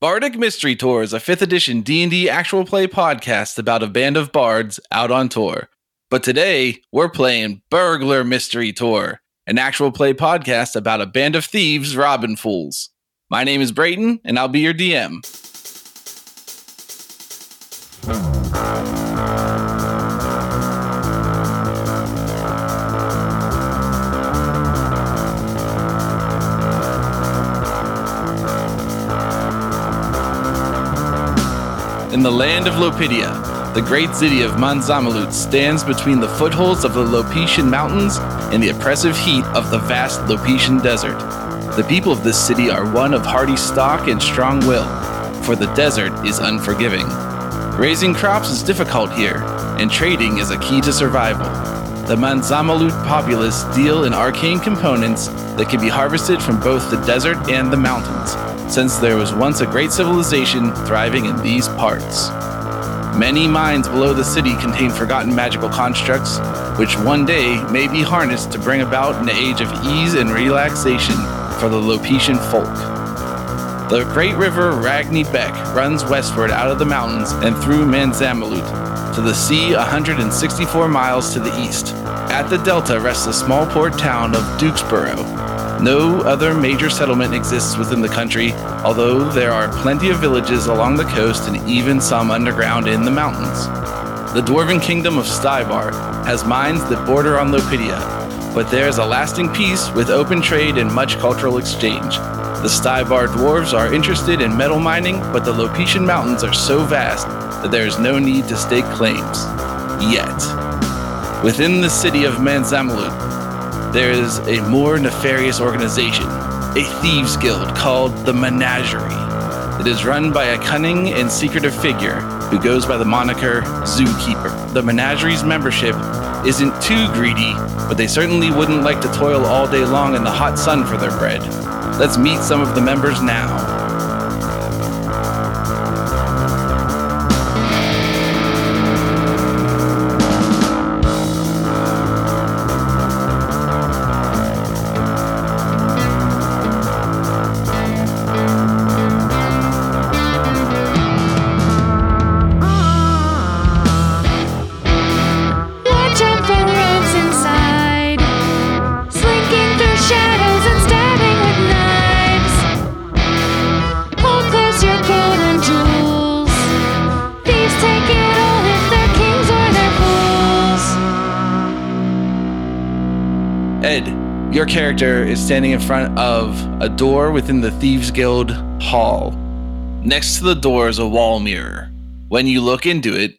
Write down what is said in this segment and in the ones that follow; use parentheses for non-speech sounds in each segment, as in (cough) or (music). Bardic Mystery Tour is a 5th edition D&D actual play podcast about a band of bards out on tour. But today, we're playing Burglar Mystery Tour, an actual play podcast about a band of thieves robbing fools. My name is Brayton, and I'll be your DM. In the land of Lopidia, the great city of Manzamalut stands between the footholds of the Lopetian mountains and the oppressive heat of the vast Lopetian desert. The people of this city are one of hardy stock and strong will, for the desert is unforgiving. Raising crops is difficult here, and trading is a key to survival. The Manzamalut populace deal in arcane components that can be harvested from both the desert and the mountains, since there was once a great civilization thriving in these parts. Many mines below the city contain forgotten magical constructs, which one day may be harnessed to bring about an age of ease and relaxation for the Lopetian folk. The great river Ragni Beck runs westward out of the mountains and through Manzamalut to the sea 164 miles to the east. At the delta rests the small port town of Dukesboro. No other major settlement exists within the country, although there are plenty of villages along the coast and even some underground in the mountains. The dwarven kingdom of Stybar has mines that border on Lopidia, but there is a lasting peace with open trade and much cultural exchange. The Stybar dwarves are interested in metal mining, but the Lopetian mountains are so vast that there is no need to stake claims. Yet. Within the city of Manzamalut, there is a more nefarious organization, a thieves guild called the Menagerie. It is run by a cunning and secretive figure who goes by the moniker Zookeeper. The menagerie's membership isn't too greedy, but they certainly wouldn't like to toil all day long in the hot sun for their bread. Let's meet some of the members now. You're jumping rogues inside, slinking through shadows and stabbing with knives. Hold close your gold and jewels. Thieves take it all if they're kings or they're fools. Ed, your character is standing in front of a door within the Thieves Guild hall. Next to the door is a wall mirror. When you look into it,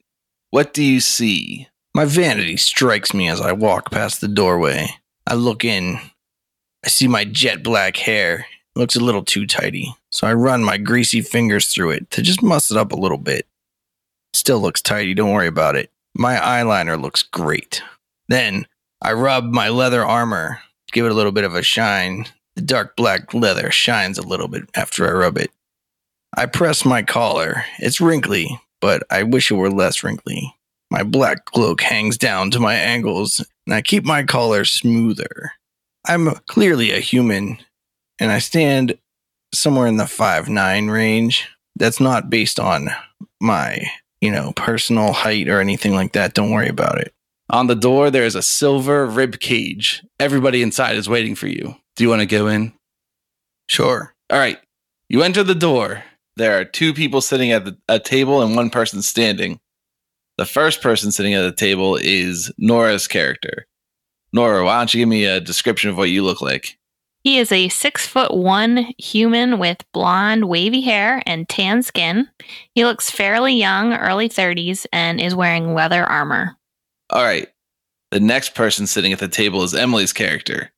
what do you see? My vanity strikes me as I walk past the doorway. I look in. I see my jet black hair. It looks a little too tidy, so I run my greasy fingers through it to just muss it up a little bit. Still looks tidy, don't worry about it. My eyeliner looks great. Then I rub my leather armor, give it a little bit of a shine. The dark black leather shines a little bit after I rub it. I press my collar. It's wrinkly, but I wish it were less wrinkly. My black cloak hangs down to my ankles, and I keep my collar smoother. I'm clearly a human, and I stand somewhere in the five nine range. That's not based on my, you know, personal height or anything like that. Don't worry about it. On the door, there is a silver rib cage. Everybody inside is waiting for you. Do you want to go in? Sure. All right. You enter the door. There are two people sitting at the, a table and one person standing. The first person sitting at the table is Nora's character. Nora, why don't you give me a description of what you look like? He is a six foot one human with blonde, wavy hair and tan skin. He looks fairly young, early 30s, and is wearing leather armor. All right. The next person sitting at the table is Emily's character.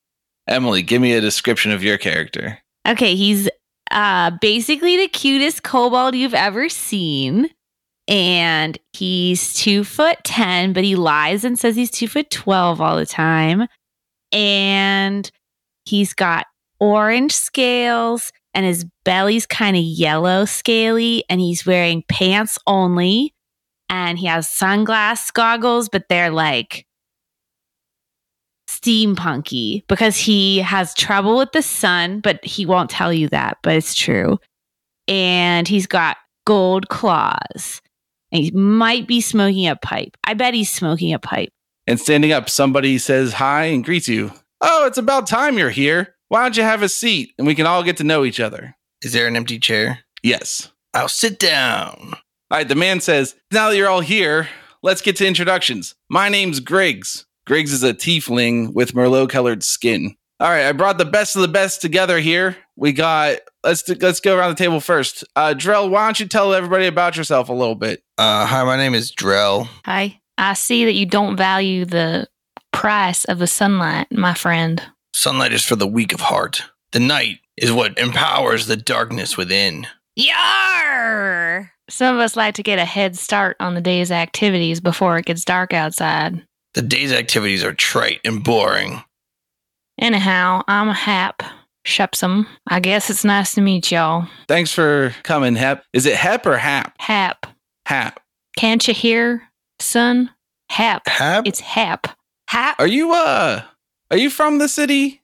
Emily, give me a description of your character. Okay, he's uh basically the cutest kobold you've ever seen. And he's two foot ten, but he lies and says he's two foot twelve all the time. And he's got orange scales and his belly's kind of yellow scaly, and he's wearing pants only. And he has sunglass goggles, but they're like steampunky because he has trouble with the sun, but he won't tell you that, but it's true. and he's got gold claws. And he might be smoking a pipe. I bet he's smoking a pipe. And standing up, somebody says hi and greets you. Oh, it's about time you're here. Why don't you have a seat and we can all get to know each other? Is there an empty chair? Yes. I'll sit down. All right, the man says, Now that you're all here, let's get to introductions. My name's Griggs. Griggs is a tiefling with Merlot colored skin. All right, I brought the best of the best together here. We got, let's, do- let's go around the table first. Uh, Drell, why don't you tell everybody about yourself a little bit? Uh, hi, my name is Drell. Hi. I see that you don't value the price of the sunlight, my friend. Sunlight is for the weak of heart. The night is what empowers the darkness within. Yar! Some of us like to get a head start on the day's activities before it gets dark outside. The day's activities are trite and boring. Anyhow, I'm Hap Shepsum. I guess it's nice to meet y'all. Thanks for coming, Hep. Is it Hep or Hap? Hap, Hap. can't you hear, son? Hap. Hap? It's Hap. Hap? Are you, uh, are you from the city?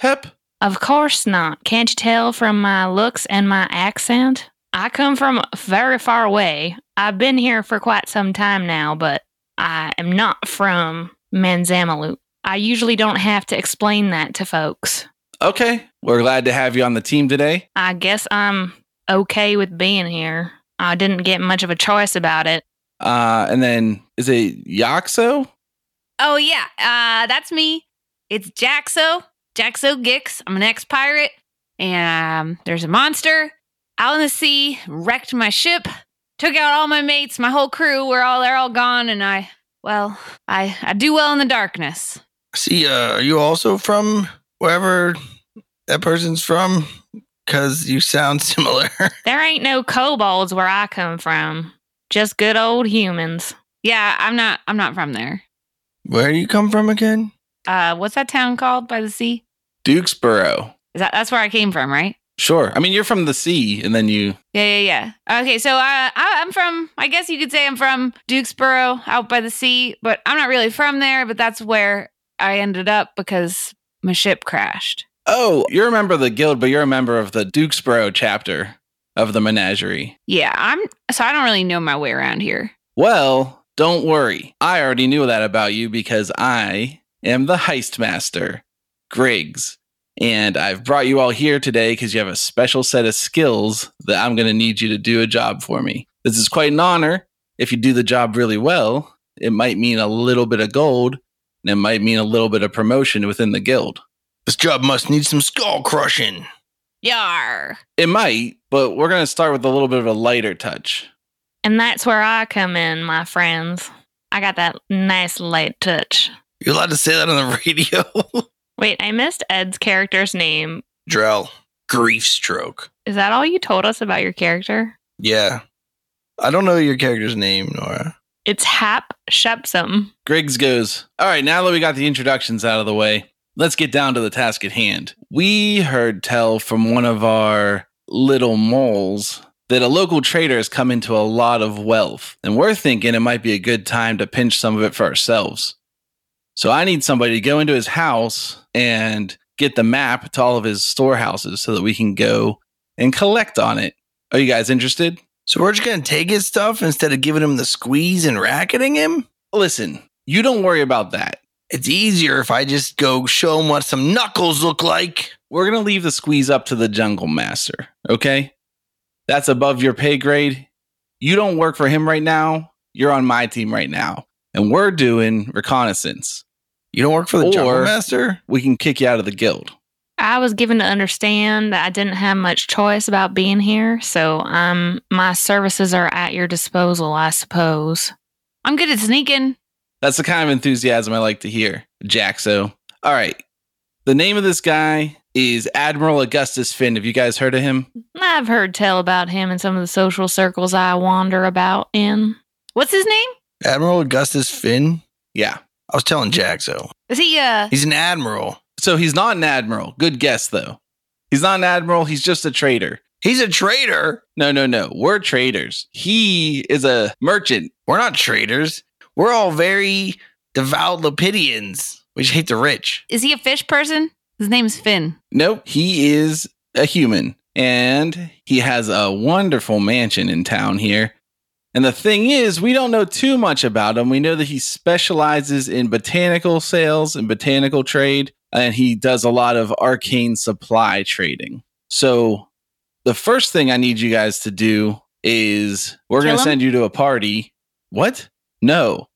Hep? Of course not. Can't you tell from my looks and my accent? I come from very far away. I've been here for quite some time now, but I am not from Manzamalut. I usually don't have to explain that to folks. Okay. We're glad to have you on the team today. I guess I'm okay with being here. I didn't get much of a choice about it. Uh, and then is it Yaxo? Oh yeah, uh, that's me. It's Jaxo, Jaxo Gix. I'm an ex-pirate, and um, there's a monster out in the sea wrecked my ship, took out all my mates, my whole crew. We're all they're all gone, and I well, I I do well in the darkness. See, uh, are you also from wherever that person's from? Because you sound (laughs) similar. There ain't no kobolds where I come from, just good old humans. Yeah, I'm not I'm not from there. Where do you come from again? Uh, what's that town called by the sea? Dukesboro. Is that that's where I came from, right? Sure. I mean, you're from the sea, and then you. Yeah, yeah, yeah. Okay, so uh, I, I'm from, I guess you could say I'm from Dukesboro out by the sea, but I'm not really from there, but that's where I ended up because my ship crashed. Oh, you're a member of the guild, but you're a member of the Dukesboro chapter of the menagerie. Yeah, I'm, so I don't really know my way around here. Well, don't worry. I already knew that about you because I am the heist master, Griggs. And I've brought you all here today because you have a special set of skills that I'm going to need you to do a job for me. This is quite an honor. If you do the job really well, it might mean a little bit of gold and it might mean a little bit of promotion within the guild. This job must need some skull crushing. Yar. It might, but we're going to start with a little bit of a lighter touch. And that's where I come in, my friends. I got that nice light touch. You allowed to say that on the (laughs) radio? Wait, I missed Ed's character's name. Drell, grief stroke. Is that all you told us about your character? Yeah. I don't know your character's name, Nora. It's Hap Shepsum. Griggs goes, All right, now that we got the introductions out of the way, let's get down to the task at hand. We heard tell from one of our little moles that a local trader has come into a lot of wealth, and we're thinking it might be a good time to pinch some of it for ourselves. So I need somebody to go into his house and get the map to all of his storehouses so that we can go and collect on it. Are you guys interested? So we're just gonna take his stuff instead of giving him the squeeze and racketing him? Listen, you don't worry about that. It's easier if I just go show him what some knuckles look like. we're going to leave the squeeze up to the jungle master. Okay. That's above your pay grade. You don't work for him right now. You're on my team right now. And we're doing reconnaissance. You don't work for the Or- jungle master? We can kick you out of the guild. I was given to understand that I didn't have much choice about being here, so um my services are at your disposal, I suppose. I'm good at sneaking. That's the kind of enthusiasm I like to hear, Jaxo. All right. The name of this guy is Admiral Augustus Finn. Have you guys heard of him? I've heard tell about him in some of the social circles I wander about in. What's his name? Admiral Augustus Finn? Yeah. I was telling Jack so. Is he, uh, He's an admiral. So he's not an admiral. Good guess, though. He's not an admiral. He's just a traitor. He's a traitor. No, no, no. We're traders. He is a merchant. We're not traitors. We're all very devout Lepidians. We just hate the rich. is he a fish person? His name's Finn. Nope, he is a human. and he has a wonderful mansion in town here. And the thing is, we don't know too much about him. We know that he specializes in botanical sales and botanical trade, and he does a lot of arcane supply trading. So, the first thing I need you guys to do is we're Kill going to him? send you to a party. What? No,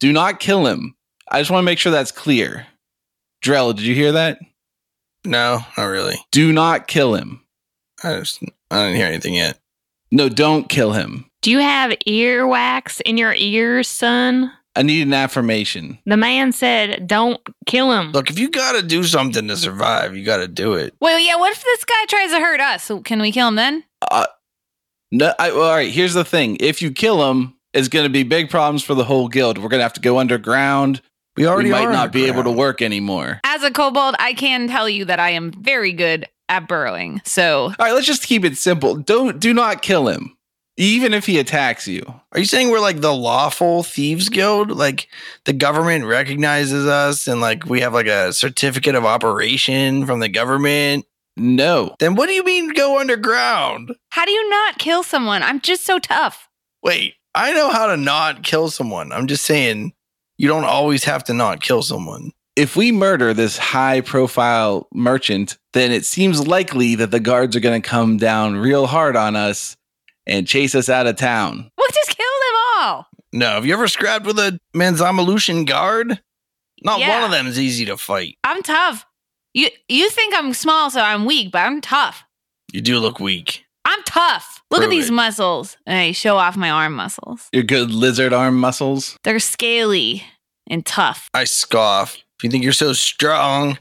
do not kill him. I just want to make sure that's clear. Drell, did you hear that? No, not really. Do not kill him. I just I didn't hear anything yet. No, don't kill him. Do you have earwax in your ears, son? I need an affirmation. The man said, "Don't kill him." Look, if you gotta do something to survive, you gotta do it. Wait, yeah, what if this guy tries to hurt us? So Can we kill him then? No, I, well, all right. Here's the thing: if you kill him, it's going to be big problems for the whole guild. We're going to have to go underground. We We already might are not be able to underground. work anymore. As a kobold, I can tell you that I am very good at burrowing. So All right, let's just keep it simple. Don't do not kill him, even if he attacks you. Are you saying we're like the lawful thieves guild? Like the government recognizes us and like we have like a certificate of operation from the government? No, Then what do you mean go underground? how do you not kill someone? I'm just so tough. (laughs) Wait, I know how to not kill someone. I'm just saying you don't always have to not kill someone. if we murder this high-profile merchant, then it seems likely that the guards are going to come down real hard on us and chase us out of town. We'll just kill them all. No, have you ever scrapped with a Manzamalucian guard? Not Yeah. one of them is easy to fight. I'm tough. You you think I'm small, so I'm weak, but I'm tough. You do look weak. I'm tough. Look at Prove these it. muscles. And I show off my arm muscles. Your good lizard arm muscles. They're scaly and tough. I scoff. If you think you're so strong,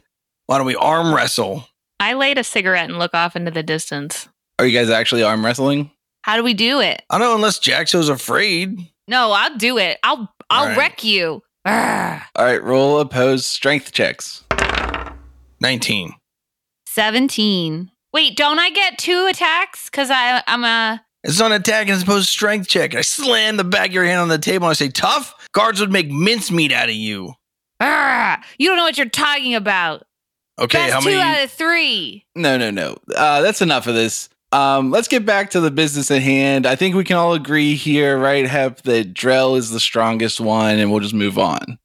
why don't we arm wrestle? I laid a cigarette and look off into the distance. Are you guys actually arm wrestling? How do we do it? I know unless Jaxo's afraid. No, I'll do it. I'll I'll Alright. wreck you. Arrgh. All right, roll opposed strength checks. 19. 17. Wait, don't I get two attacks? Because I'm a. It's not an attack, it's supposed to strength check. I slam the back of your hand on the table and I say, tough? Guards would make mincemeat out of you. Arrgh. you don't know what you're talking about. Okay, That's how two many? out of three. No, no, no. Uh, that's enough of this. Um, let's get back to the business at hand. I think we can all agree here, right, Hep, that Drell is the strongest one, and we'll just move on.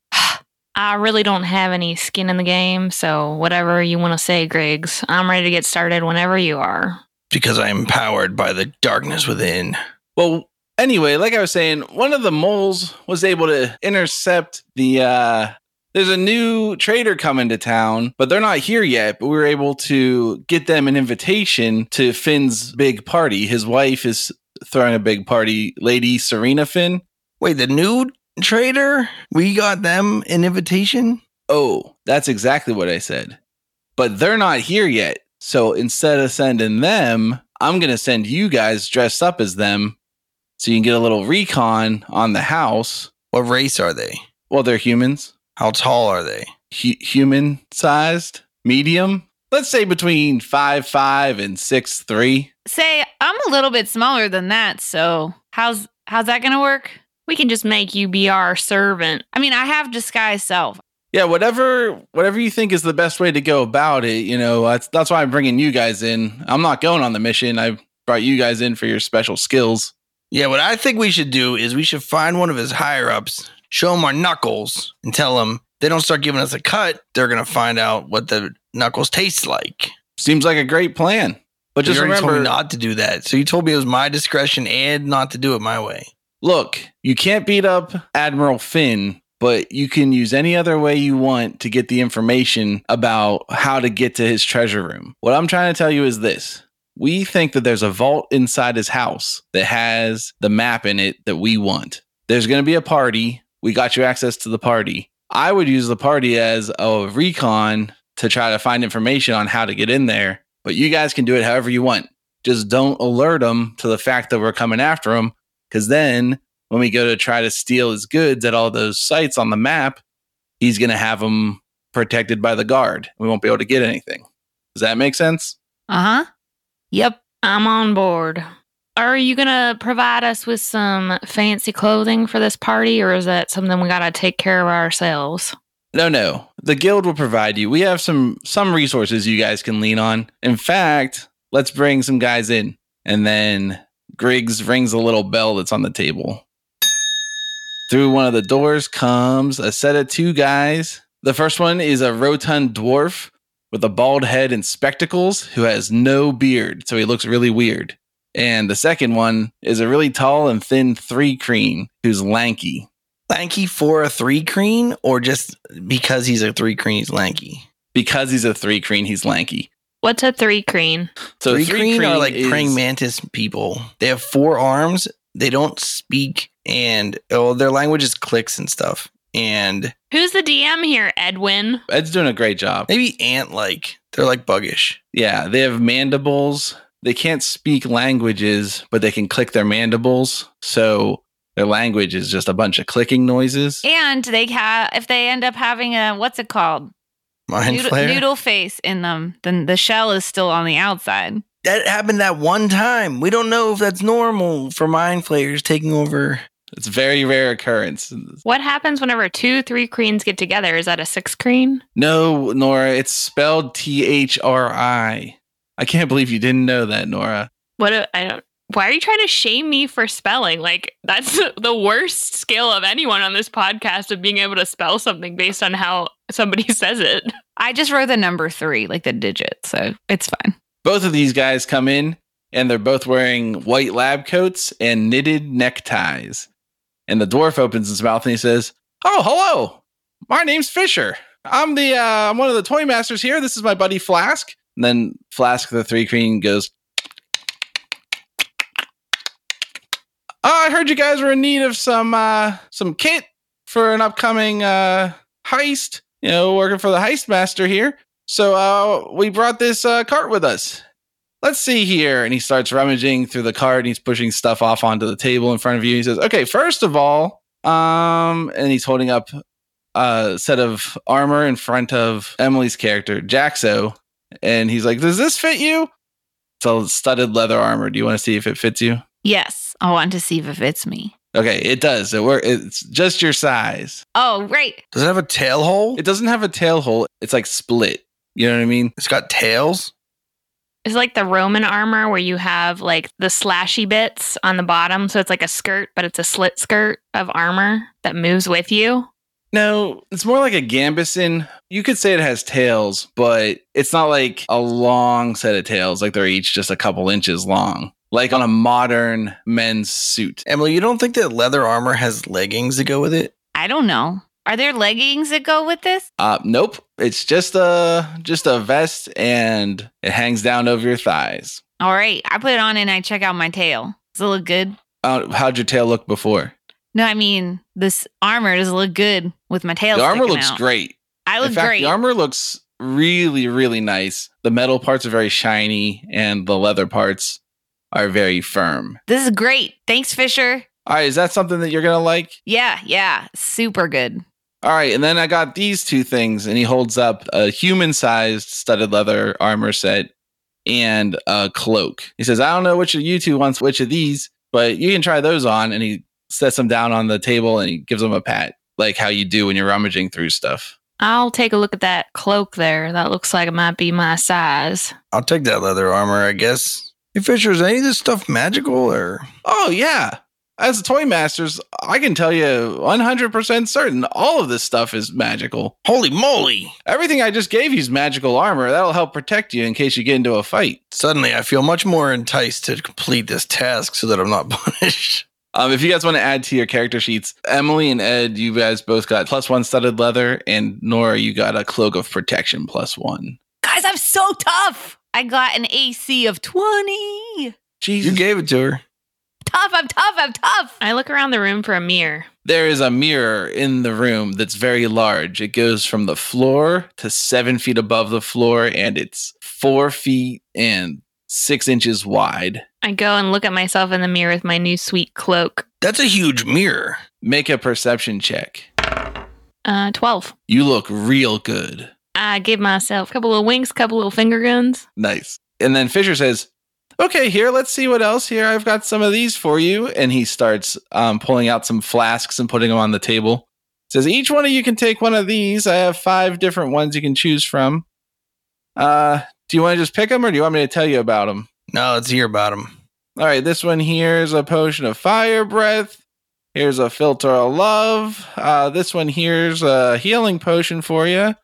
I really don't have any skin in the game, so whatever you want to say, Griggs, I'm ready to get started whenever you are. because I am powered by the darkness within. Well, anyway, like I was saying, one of the moles was able to intercept the. Uh, there's a new trader coming to town, but they're not here yet. But we were able to get them an invitation to Finn's big party. His wife is throwing a big party, Lady Serena Finn. Wait, the new trader? We got them an invitation? Oh, that's exactly what I said. But they're not here yet. So instead of sending them, I'm going to send you guys dressed up as them so you can get a little recon on the house. What race are they? Well, they're humans, How tall are they? hu- human sized, medium. Let's say between five five and six three. Say, I'm a little bit smaller than that. So how's how's that gonna work? We can just make you be our servant. I mean, I have disguise self. Yeah, whatever whatever you think is the best way to go about it, you know, that's, that's why I'm bringing you guys in. I'm not going on the mission. I brought you guys in for your special skills. Yeah, what I think we should do is we should find one of his higher ups, show him our knuckles, and tell him they don't start giving us a cut, they're gonna find out what the knuckles taste like. Seems like a great plan. But just you already remember, told me not to do that. So you told me it was my discretion and not to do it my way. look, you can't beat up Admiral Finn, but you can use any other way you want to get the information about how to get to his treasure room. What I'm trying to tell you is this. We think that there's a vault inside his house that has the map in it that we want. There's going to be a party. We got you access to the party. I would use the party as a recon to try to find information on how to get in there, but you guys can do it however you want. Just don't alert them to the fact that we're coming after them because then when we go to try to steal his goods at all those sites on the map, he's going to have them protected by the guard. We won't be able to get anything. Does that make sense? Uh huh. Yep. I'm on board. Are you going to provide us with some fancy clothing for this party, or is that something we got to take care of ourselves? No, no. The guild will provide you. We have some some resources you guys can lean on. In fact, let's bring some guys in. And then Griggs rings a little bell that's on the table. Through one of the doors comes a set of two guys. The first one is a rotund dwarf with a bald head and spectacles who has no beard, so he looks really weird. And the second one is a really tall and thin three cream who's lanky. Lanky for a three crean, or just because he's a three crean, he's lanky. Because he's a three cream, he's lanky. What's a three crean? So three, crean, are like is- praying mantis people. They have four arms. They don't speak, and oh, their language is clicks and stuff. And Who's the DM here, Edwin? Ed's doing a great job. maybe ant like. They're like buggish. Yeah, they have mandibles. They can't speak languages, but they can click their mandibles. So their language is just a bunch of clicking noises. And they have, if they end up having a, what's it called? Mind Noodle, flare. noodle face in them, then the shell is still on the outside. That happened that one time. We don't know if that's normal for mind flayers taking over. It's a very rare occurrence. What happens whenever two three creans get together? Is that a six creen? No, Nora, it's spelled T H R I. I can't believe you didn't know that, Nora. What do- I don't. Why are you trying to shame me for spelling? Like that's (laughs) the worst skill of anyone on this podcast of being able to spell something based on how somebody (laughs) says it. I just wrote the number three, like the digit, so it's fine. Both of these guys come in and they're both wearing white lab coats and knitted neckties. And the dwarf opens his mouth and he says, "Oh, hello. My name's Fisher. I'm the uh, I'm one of the toy masters here. This is my buddy Flask." And then Flask the Three Queen goes, "Oh, "I heard you guys were in need of some uh, some kit for an upcoming uh, heist. You know, working for the heist master here. So uh, we brought this uh, cart with us. Let's see here. And he starts rummaging through the cart and he's pushing stuff off onto the table in front of you. He says, Okay, first of all, um, and he's holding up a set of armor in front of Emily's character, Jaxo. And he's like, Does this fit you? It's a studded leather armor. Do you want to see if it fits you? Yes, I want to see if it fits me. Okay, it does. It work. It's just your size. Oh, right. Does it have a tail hole? It doesn't have a tail hole. It's like split. You know what I mean? It's got tails. It's like the Roman armor where you have like the slashy bits on the bottom, so it's like a skirt, but it's a slit skirt of armor that moves with you. No, it's more like a gambeson. You could say it has tails, but it's not like a long set of tails, like they're each just a couple inches long, like on a modern men's suit. Emily, you don't think that leather armor has leggings to go with it? I don't know. Are there leggings that go with this? Uh, nope, it's just a just a vest, and it hangs down over your thighs. All right, I put it on and I check out my tail. Does it look good? Uh, how'd your tail look before? No, I mean this armor does look good with my tail. the armor sticking looks out. great. I look In fact, great. the armor looks really, really nice. The metal parts are very shiny, and the leather parts are very firm. this is great. Thanks, Fisher. All right, is that something that you're gonna like? Yeah, yeah, super good. All right, and then I got these two things, and he holds up a human-sized studded leather armor set and a cloak. He says, "I don't know which of you two wants which of these, but you can try those on." And he sets them down on the table and he gives them a pat, like how you do when you're rummaging through stuff. I'll take a look at that cloak there. That looks like it might be my size. I'll take that leather armor, I guess. Hey, Fisher, is any of this stuff magical or? Oh yeah, as a toy masters, I can tell you 100% certain all of this stuff is magical. Holy moly! Everything I just gave you is magical armor. That'll help protect you in case you get into a fight. Suddenly, I feel much more enticed to complete this task so that I'm not (laughs) punished. Um, if you guys want to add to your character sheets, Emily and Ed, you guys both got plus one studded leather, and Nora, you got a cloak of protection plus one. Guys, I'm so tough. I got an AC of twenty. Jesus. You gave it to her. Tough. I'm tough. I'm tough. I look around the room for a mirror. there is a mirror in the room that's very large. It goes from the floor to seven feet above the floor, and it's four feet and six inches wide. I go and look at myself in the mirror with my new sweet cloak. That's a huge mirror. Make a perception check. Uh, 12. You look real good. I give myself a couple little winks, couple little finger guns. Nice. And then Fisher says, "Okay, here, let's see what else here. I've got some of these for you." And he starts um, pulling out some flasks and putting them on the table. Says, "Each one of you can take one of these. I have five different ones you can choose from. Uh, Do you want to just pick them or do you want me to tell you about them? No, let's hear about him. All right, this one here's a potion of fire breath. Here's a filter of love. Uh, this one here's a healing potion for you. Um,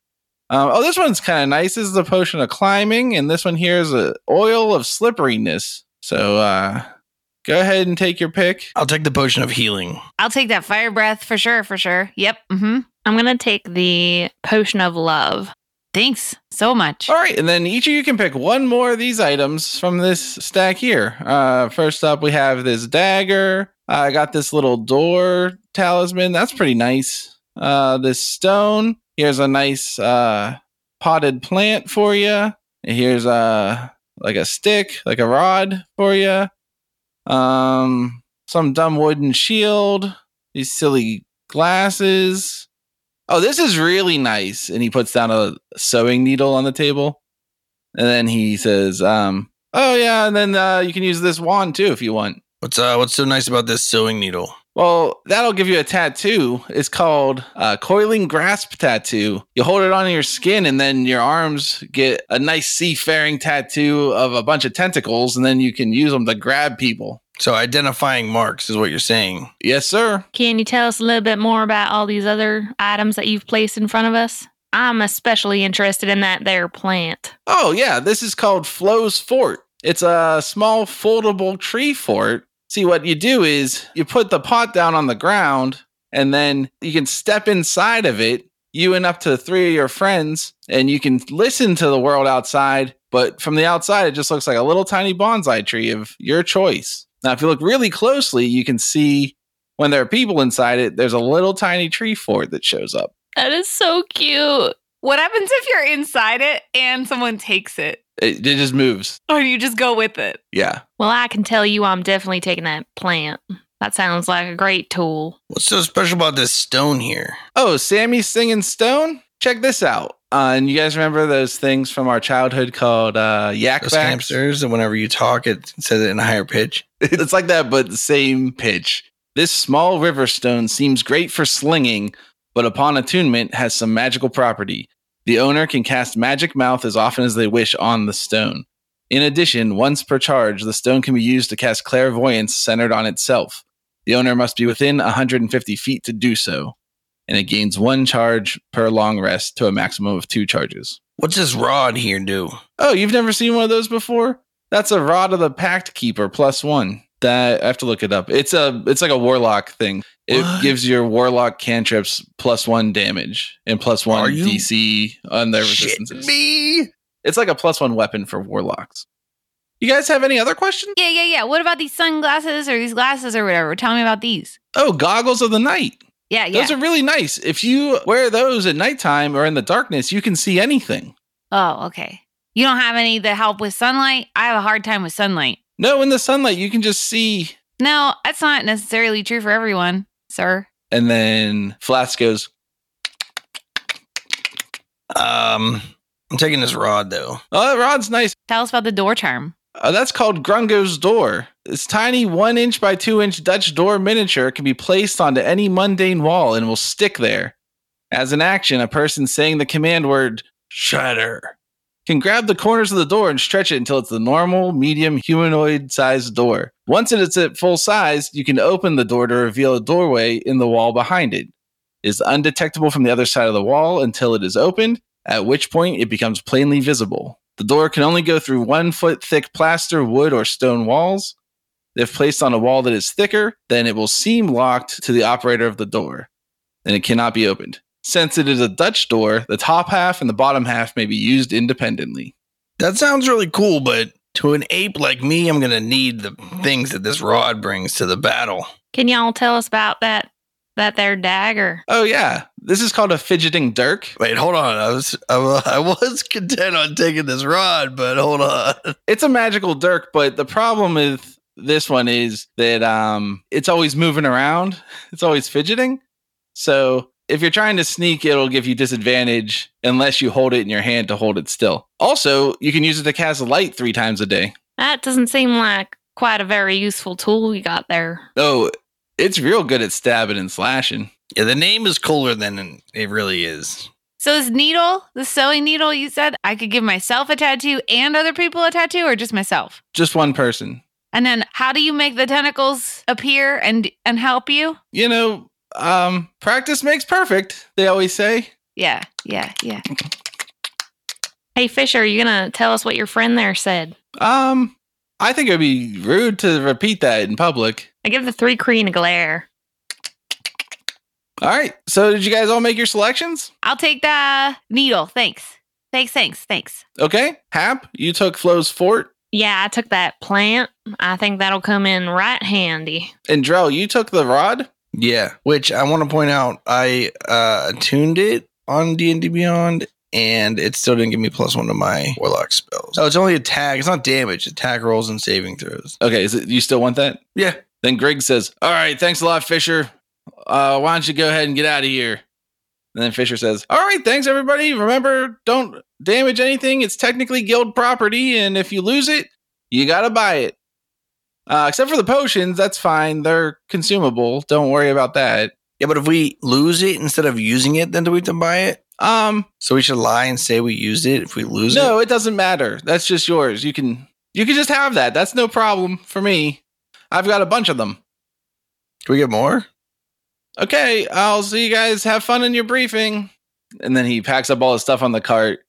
oh, this one's kind of nice. This is a potion of climbing, and this one here's a oil of slipperiness. So uh, go ahead and take your pick. I'll take the potion of healing. I'll take that fire breath for sure, for sure. Yep. Mm-hmm. I'm gonna take the potion of love. Thanks so much. All right, and then each of you can pick one more of these items from this stack here. Uh, first up, we have this dagger. Uh, I got this little door talisman. That's pretty nice. Uh, this stone. Here's a nice uh, potted plant for you. Here's a like a stick, like a rod for you. Um, some dumb wooden shield. These silly glasses. Oh, this is really nice. And he puts down a sewing needle on the table. And then he says, um, Oh, yeah. And then uh, you can use this wand too if you want. What's uh what's so nice about this sewing needle? Well, that'll give you a tattoo. It's called uh, coiling grasp tattoo. You hold it on your skin, and then your arms get a nice seafaring tattoo of a bunch of tentacles, and then you can use them to grab people. So identifying marks is what you're saying. Yes, sir. Can you tell us a little bit more about all these other items that you've placed in front of us? I'm especially interested in that there plant. Oh, yeah. This is called Flo's Fort. It's a small foldable tree fort. See, what you do is you put the pot down on the ground and then you can step inside of it, you and up to three of your friends, and you can listen to the world outside. But from the outside, it just looks like a little tiny bonsai tree of your choice. Now, if you look really closely, you can see when there are people inside it, there's a little tiny tree fort that shows up. That is so cute. What happens if you're inside it and someone takes it? It, it just moves. Or you just go with it? Yeah. Well, I can tell you I'm definitely taking that plant. That sounds like a great tool. What's so special about this stone here? Oh, Sammy's singing Stone? Check this out. Uh, and you guys remember those things from our childhood called uh, yak Those backs? hamsters, and whenever you talk, it says it in a higher pitch. It's like that, but the same pitch. This small river stone seems great for slinging, but upon attunement has some magical property. The owner can cast magic mouth as often as they wish on the stone. In addition, once per charge, the stone can be used to cast clairvoyance centered on itself. The owner must be within 150 feet to do so, and it gains one charge per long rest to a maximum of two charges. What's this rod here do? Oh, you've never seen one of those before? That's a Rod of the Pact Keeper plus one. That I have to look it up. It's a it's like a warlock thing. It What? gives your warlock cantrips plus one damage and plus Are one you DC on their Shit resistances. me. It's like a plus one weapon for warlocks. You guys have any other questions? Yeah, yeah, yeah. What about these sunglasses or these glasses or whatever? Tell me about these. Oh, goggles of the night. Yeah, yeah. Those are really nice. If you wear those at nighttime or in the darkness, you can see anything. oh, okay. You don't have any that help with sunlight? I have a hard time with sunlight. No, in the sunlight, you can just see. No, that's not necessarily true for everyone, sir. And then Flask goes, Um, I'm taking this rod though. Oh, that rod's nice. Tell us about the door charm. Uh, that's called Grungo's Door. This tiny one inch by two inch Dutch door miniature can be placed onto any mundane wall and will stick there. As an action, a person saying the command word shatter can grab the corners of the door and stretch it until it's the normal, medium, humanoid sized door. Once it is at full size, you can open the door to reveal a doorway in the wall behind it. It is undetectable from the other side of the wall until it is opened at which point it becomes plainly visible. The door can only go through one foot thick plaster, wood, or stone walls. If placed on a wall that is thicker, then it will seem locked to the operator of the door, and it cannot be opened. Since it is a Dutch door, the top half and the bottom half may be used independently. That sounds really cool, but to an ape like me, I'm gonna need the things that this rod brings to the battle. Can y'all tell us about that that there dagger? Oh, yeah, this is called a fidgeting dirk. Wait, hold on. I was I, wa- (laughs) I was content on taking this rod, but hold on. It's a magical dirk, but the problem with this one is that um, it's always moving around. It's always fidgeting. So if you're trying to sneak, it'll give you disadvantage unless you hold it in your hand to hold it still. Also, you can use it to cast light three times a day. That doesn't seem like quite a very useful tool we got there. Oh, it's real good at stabbing and slashing. Yeah, the name is cooler than it really is. So this needle, the sewing needle you said, I could give myself a tattoo and other people a tattoo or just myself? Just one person. And then how do you make the tentacles appear and and help you? You know, um, practice makes perfect, they always say. Yeah, yeah, yeah. Hey, Fisher, are you going to tell us what your friend there said? Um, I think it would be rude to repeat that in public. I give the three Kreen a glare. All right. So, did you guys all make your selections? I'll take the needle. Thanks. Thanks, thanks, thanks. Okay. Hap, you took Flo's fort, Yeah, I took that plant. I think that'll come in right handy. and Drell, you took the rod. Yeah, which I want to point out, I uh, tuned it on D and D Beyond, and it still didn't give me plus one to my warlock spells. Oh, it's only attack. It's not damage. Attack rolls and saving throws. Okay. Is it, you still want that? Yeah. Then Greg says, All right. Thanks a lot, Fisher. Uh, why don't you go ahead and get out of here? And then Fisher says, All right. Thanks, everybody. Remember, don't damage anything. It's technically guild property. And if you lose it, you got to buy it. Uh, except for the potions, that's fine. They're consumable. Don't worry about that. Yeah, but if we lose it instead of using it, then do we have to buy it? Um, So we should lie and say we used it if we lose it. no, it? doesn't matter. That's just yours. You can you can just have that. That's no problem for me. I've got a bunch of them. Can we get more? Okay, I'll see you guys. Have fun in your briefing. And then he packs up all his stuff on the cart,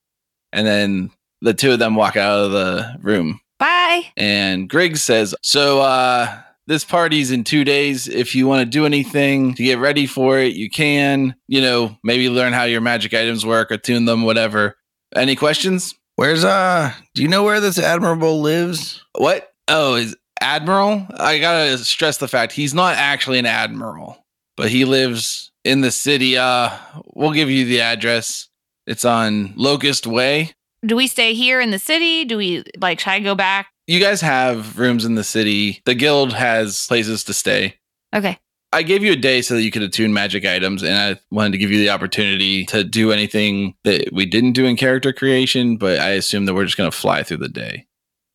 and then the two of them walk out of the room. Bye. And Griggs says, So uh this party's in two days. If you want to do anything to get ready for it, you can. You know, maybe learn how your magic items work or tune them, whatever. Any questions? Where's uh? Do you know where this admirable lives? What? Oh, is admiral? I gotta stress the fact he's not actually an admiral, but he lives in the city. Uh, we'll give you the address. It's on Locust Way. Do we stay here in the city? Do we like try to go back? You guys have rooms in the city. The guild has places to stay. Okay. I gave you a day so that you could attune magic items, and I wanted to give you the opportunity to do anything that we didn't do in character creation, but I assume that we're just going to fly through the day.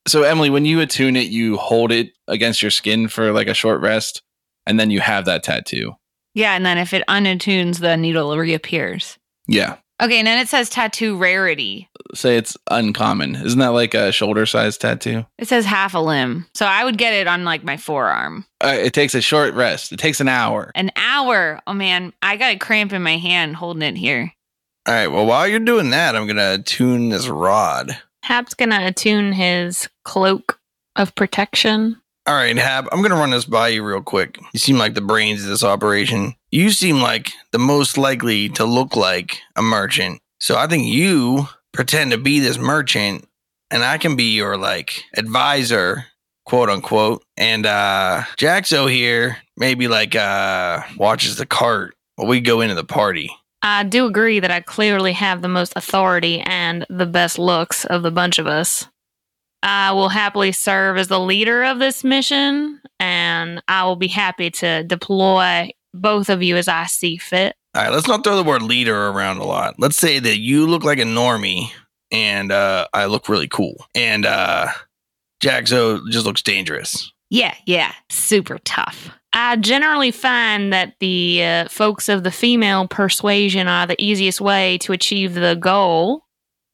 So, Emily, when you attune it, you hold it against your skin for like a short rest, and then you have that tattoo. Yeah, and then if it unattunes, the needle reappears. Yeah. Okay, and then it says tattoo rarity. Say it's uncommon. Isn't that like a shoulder size tattoo? It says half a limb. So I would get it on like my forearm. Uh, it takes a short rest, it takes an hour. An hour. Oh man, I got a cramp in my hand holding it here. All right. Well, while you're doing that, I'm gonna tune this rod. Hap's going to attune his cloak of protection. All right, Hab, I'm going to run this by you real quick. You seem like the brains of this operation. You seem like the most likely to look like a merchant. So I think you pretend to be this merchant and I can be your like advisor, quote unquote. And uh Jaxo here maybe like uh watches the cart while we go into the party. I do agree that I clearly have the most authority and the best looks of the bunch of us. I will happily serve as the leader of this mission, and I will be happy to deploy both of you as I see fit. All right, let's not throw the word leader around a lot. Let's say that you look like a normie and uh I look really cool. And uh Jaxo just looks dangerous. Yeah, yeah. Super tough. I generally find that the uh, folks of the female persuasion are the easiest way to achieve the goal.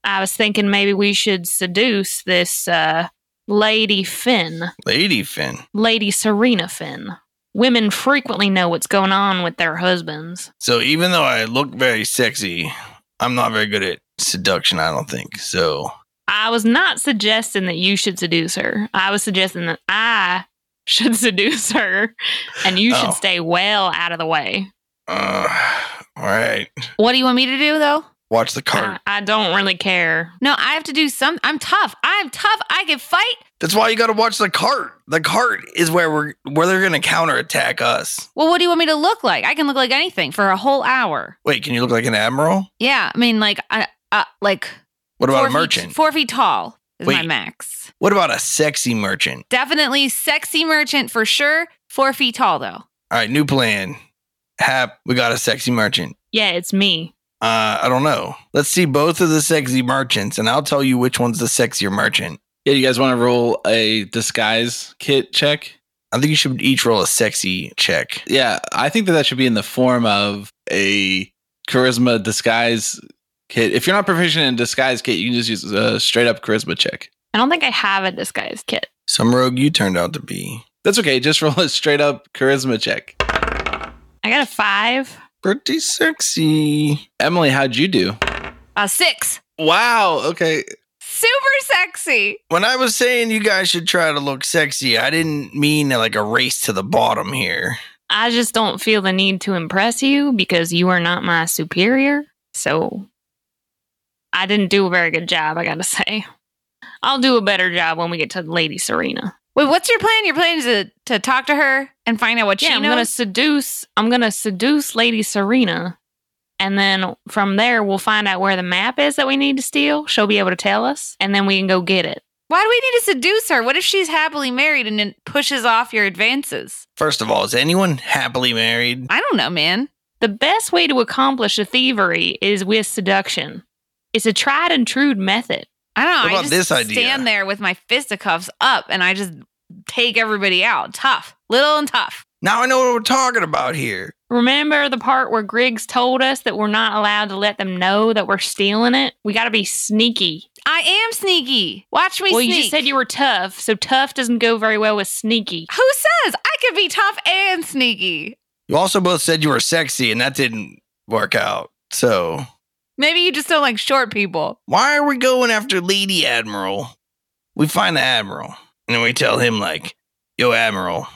I was thinking maybe we should seduce this uh, Lady Finn, Lady Finn. Lady Serena Finn. Women frequently know what's going on with their husbands. So even though I look very sexy, I'm not very good at seduction, I don't think. So I was not suggesting that you should seduce her. I was suggesting that I (laughs) should seduce her and you Oh. should stay well out of the way. uh, all right. What do you want me to do though? Watch the cart. Uh. I, I don't really care. No, I have to do some I'm tough. I'm tough. I can fight. That's why you gotta watch the cart. The cart is where we're where they're gonna counterattack us. Well, what do you want me to look like? I can look like anything for a whole hour. Wait, can you look like an admiral? Yeah, I mean like I uh, like What about four a feet- merchant? four feet tall is my Wait. max. what about a sexy merchant? Definitely sexy merchant for sure. Four feet tall though. All right, new plan. Hap, we got a sexy merchant. Yeah, it's me. Uh, I don't know. Let's see both of the sexy merchants, and I'll tell you which one's the sexier merchant. Yeah, you guys want to roll a disguise kit check? I think you should each roll a sexy check. Yeah, I think that that should be in the form of a charisma disguise Kit, if you're not proficient in disguise, Kit, you can just use a straight up charisma check. I don't think I have a disguise kit. Some rogue you turned out to be. That's okay. (laughs) Just roll a straight up charisma check. I got a five. Pretty sexy. Emily, how'd you do? A Uh, six. Wow. Okay. Super sexy. When I was saying you guys should try to look sexy, I didn't mean like a race to the bottom here. I just don't feel the need to impress you because you are not my superior. So I didn't do a very good job, I gotta (laughs) say. I'll do a better job when we get to Lady Serena. Wait, what's your plan? Your plan is to, to talk to her and find out what Yeah, she I'm gonna knows. seduce I'm gonna seduce Lady Serena. And then from there we'll find out where the map is that we need to steal. She'll be able to tell us, and then we can go get it. Why do we need to seduce her? What if she's happily married and it pushes off your advances? First of all, is anyone happily married? I don't know, man. The best way to accomplish a thievery is with seduction. It's a tried and true method. I don't know. What I about just this idea? stand there with my fisticuffs up and I just take everybody out. Tough, little and tough. Now I know what we're talking about here. Remember the part where Griggs told us that we're not allowed to let them know that we're stealing it? We got to be sneaky. I am sneaky. Watch me well, sneak. you just said you were tough, so tough doesn't go very well with sneaky. Who says I could be tough and sneaky? You also both said you were sexy, and that didn't work out. So Maybe you just don't like short people. why are we going after Lady Admiral? We find the Admiral, and then we tell him, like, yo, Admiral,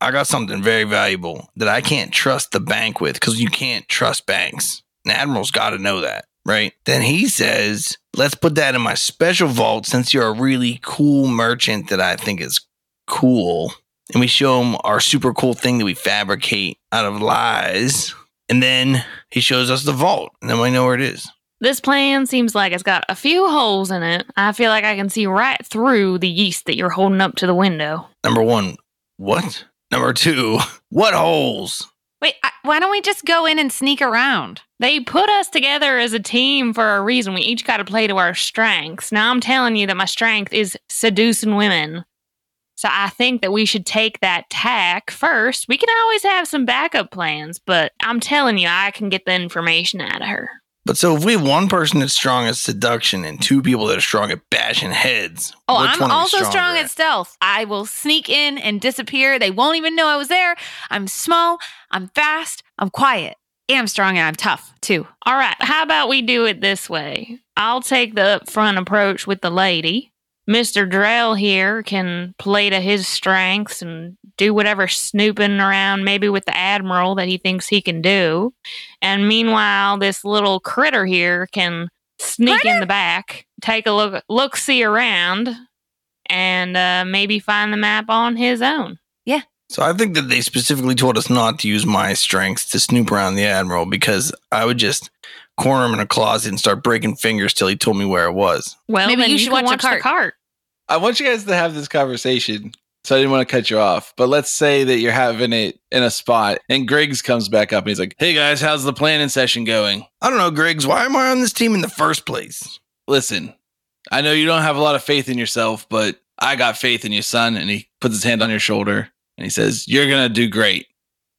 I got something very valuable that I can't trust the bank with because you can't trust banks. And the Admiral's got to know that, right? Then he says, let's put that in my special vault since you're a really cool merchant that I think is cool. And we show him our super cool thing that we fabricate out of lies. And then he shows us the vault, and then we know where it is. This plan seems like it's got a few holes in it. I feel like I can see right through the yeast that you're holding up to the window. Number one, what? Number two, (laughs) what holes? Wait, I, why don't we just go in and sneak around? They put us together as a team for a reason. We each got to play to our strengths. Now, I'm telling you that my strength is seducing women. So I think that we should take that tack first. We can always have some backup plans, but I'm telling you, I can get the information out of her. But so if we have one person that's strong at seduction and two people that are strong at bashing heads, Oh, which I'm one are we also stronger strong at stealth. I will sneak in and disappear. They won't even know I was there. I'm small, I'm fast, I'm quiet, and I'm strong and I'm tough too. All right, how about we do it this way? I'll take the upfront approach with the lady. Mr. Drell here can play to his strengths and do whatever snooping around, maybe with the Admiral, that he thinks he can do. And meanwhile, this little critter here can sneak in the back, take a look, look, see around, and uh, maybe find the map on his own. So I think that they specifically told us not to use my strengths to snoop around the admiral because I would just corner him in a closet and start breaking fingers till he told me where it was. Well, Maybe then you you, should can watch, watch a the cart. I want you guys to have this conversation. So I didn't want to cut you off, but let's say that you're having it in a spot and Griggs comes back up and he's like, Hey guys, how's the planning session going? I don't know, Griggs. Why am I on this team in the first place? Listen, I know you don't have a lot of faith in yourself, but I got faith in you, son. And he puts his hand on your shoulder and he says, You're going to do great.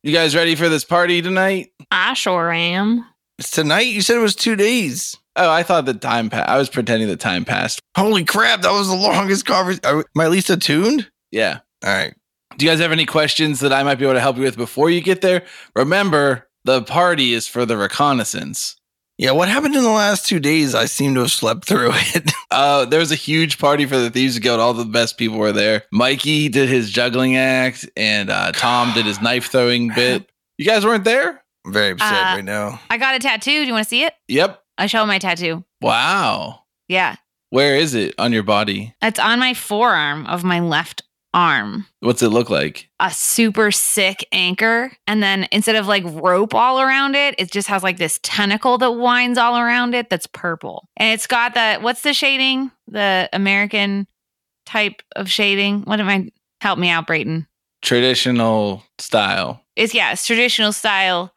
You guys ready for this party tonight? I sure am. It's tonight. You said it was two days. Oh, I thought the time passed. I was pretending the time passed. Holy crap! That was the longest conversation. Am I at least attuned? Yeah. All right. Do you guys have any questions that I might be able to help you with before you get there? Remember, the party is for the reconnaissance. Yeah, what happened in the last two days? I seem to have slept through (laughs) it. Uh, there was a huge party for the Thieves Guild. All the best people were there. Mikey did his juggling act, and uh, Tom did his knife throwing bit. You guys weren't there? I'm very upset Uh, right now. I got a tattoo. Do you want to see it? Yep. I show my tattoo. Wow. Yeah, Where is it on your body? it's on my forearm of my left arm. What's it look like? a super sick anchor. And then instead of like rope all around it, it just has like this tentacle that winds all around it that's purple. And it's got the what's the shading? The American type of shading. What am I? Help me out, Brayton. Traditional style, It's yeah, it's traditional style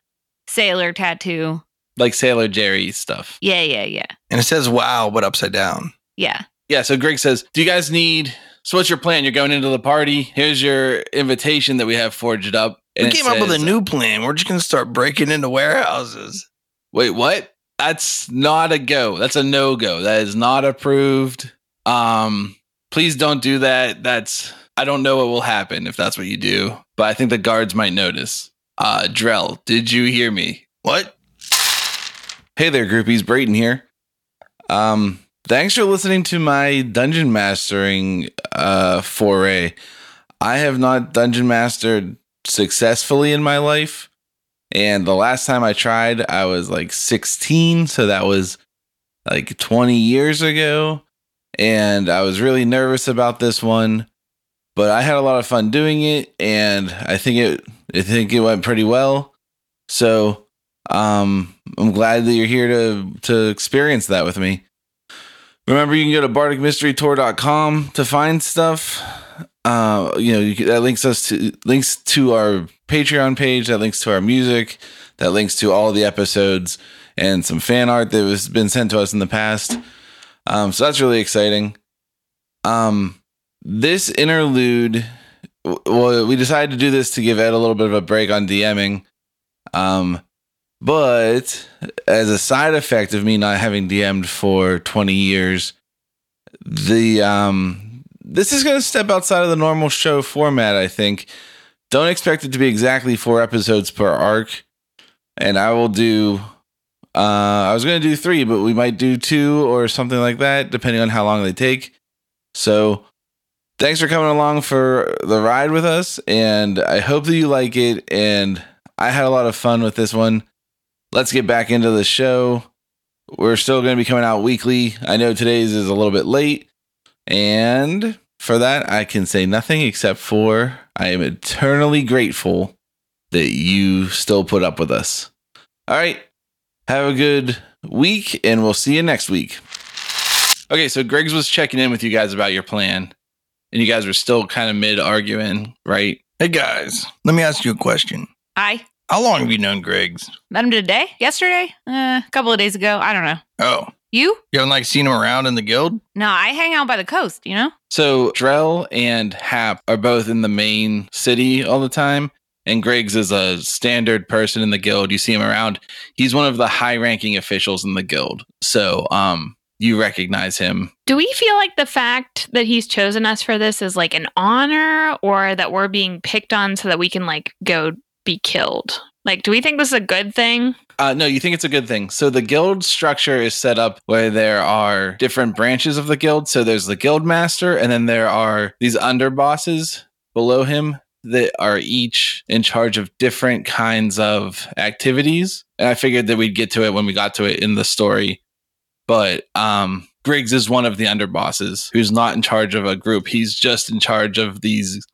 sailor tattoo. like Sailor Jerry stuff. Yeah, yeah, yeah. And it says wow, but upside down. Yeah. Yeah, so Greg says, Do you guys need so what's your plan? You're going into the party. Here's your invitation that we have forged up. We And it came up with a says- uh, new plan. We're just gonna start breaking into warehouses. Wait, what? That's not a go. That's a no go. That is not approved. Um, please don't do that. That's I don't know what will happen if that's what you do, but I think the guards might notice. Uh, Drell, did you hear me? What? Hey there, groupies. Brayton here. Um, thanks for listening to my dungeon mastering uh foray. I have not dungeon mastered successfully in my life. And the last time I tried, I was like 16. So that was like 20 years ago. And I was really nervous about this one. But I had a lot of fun doing it. And I think it I think it went pretty well. So um I'm glad that you're here to to experience that with me. Remember, you can go to bardicmysterytour.com to find stuff. Uh, you know, you, can- that links us to links to our Patreon page, that links to our music, that links to all the episodes and some fan art that has been sent to us in the past. Um, so that's really exciting. Um, this interlude, w- well, we decided to do this to give Ed a little bit of a break on DMing. Um, but as a side effect of me not having DM'd for 20 years, the um this is going to step outside of the normal show format, I think. Don't expect it to be exactly 4 episodes per arc. And I will do uh I was going to do 3, but we might do 2 or something like that depending on how long they take. So thanks for coming along for the ride with us and I hope that you like it and I had a lot of fun with this one let's get back into the show. We're still going to be coming out weekly. I know today's is a little bit late. And for that, I can say nothing except for I am eternally grateful that you still put up with us. All right. Have a good week, and we'll see you next week. Okay. So, Greg's was checking in with you guys about your plan, and you guys were still kind of mid arguing, right? Hey guys, let me ask you a question. Hi. How long have you known Griggs? Met him today? Yesterday? Uh, a couple of days ago. I don't know. Oh, You? you haven't like seen him around in the guild? No, I hang out by the coast, you know? So Drell and Hap are both in the main city all the time, and Griggs is a standard person in the guild. You see him around. He's one of the high-ranking officials in the guild, so um, you recognize him. Do we feel like the fact that he's chosen us for this is like an honor or that we're being picked on so that we can like go be killed? Like, do we think this is a good thing? Uh, no, you think it's a good thing. So the guild structure is set up where there are different branches of the guild. So there's the guild master, and then there are these underbosses below him that are each in charge of different kinds of activities. And I figured that we'd get to it when we got to it in the story. But um, Griggs is one of the underbosses who's not in charge of a group. He's just in charge of these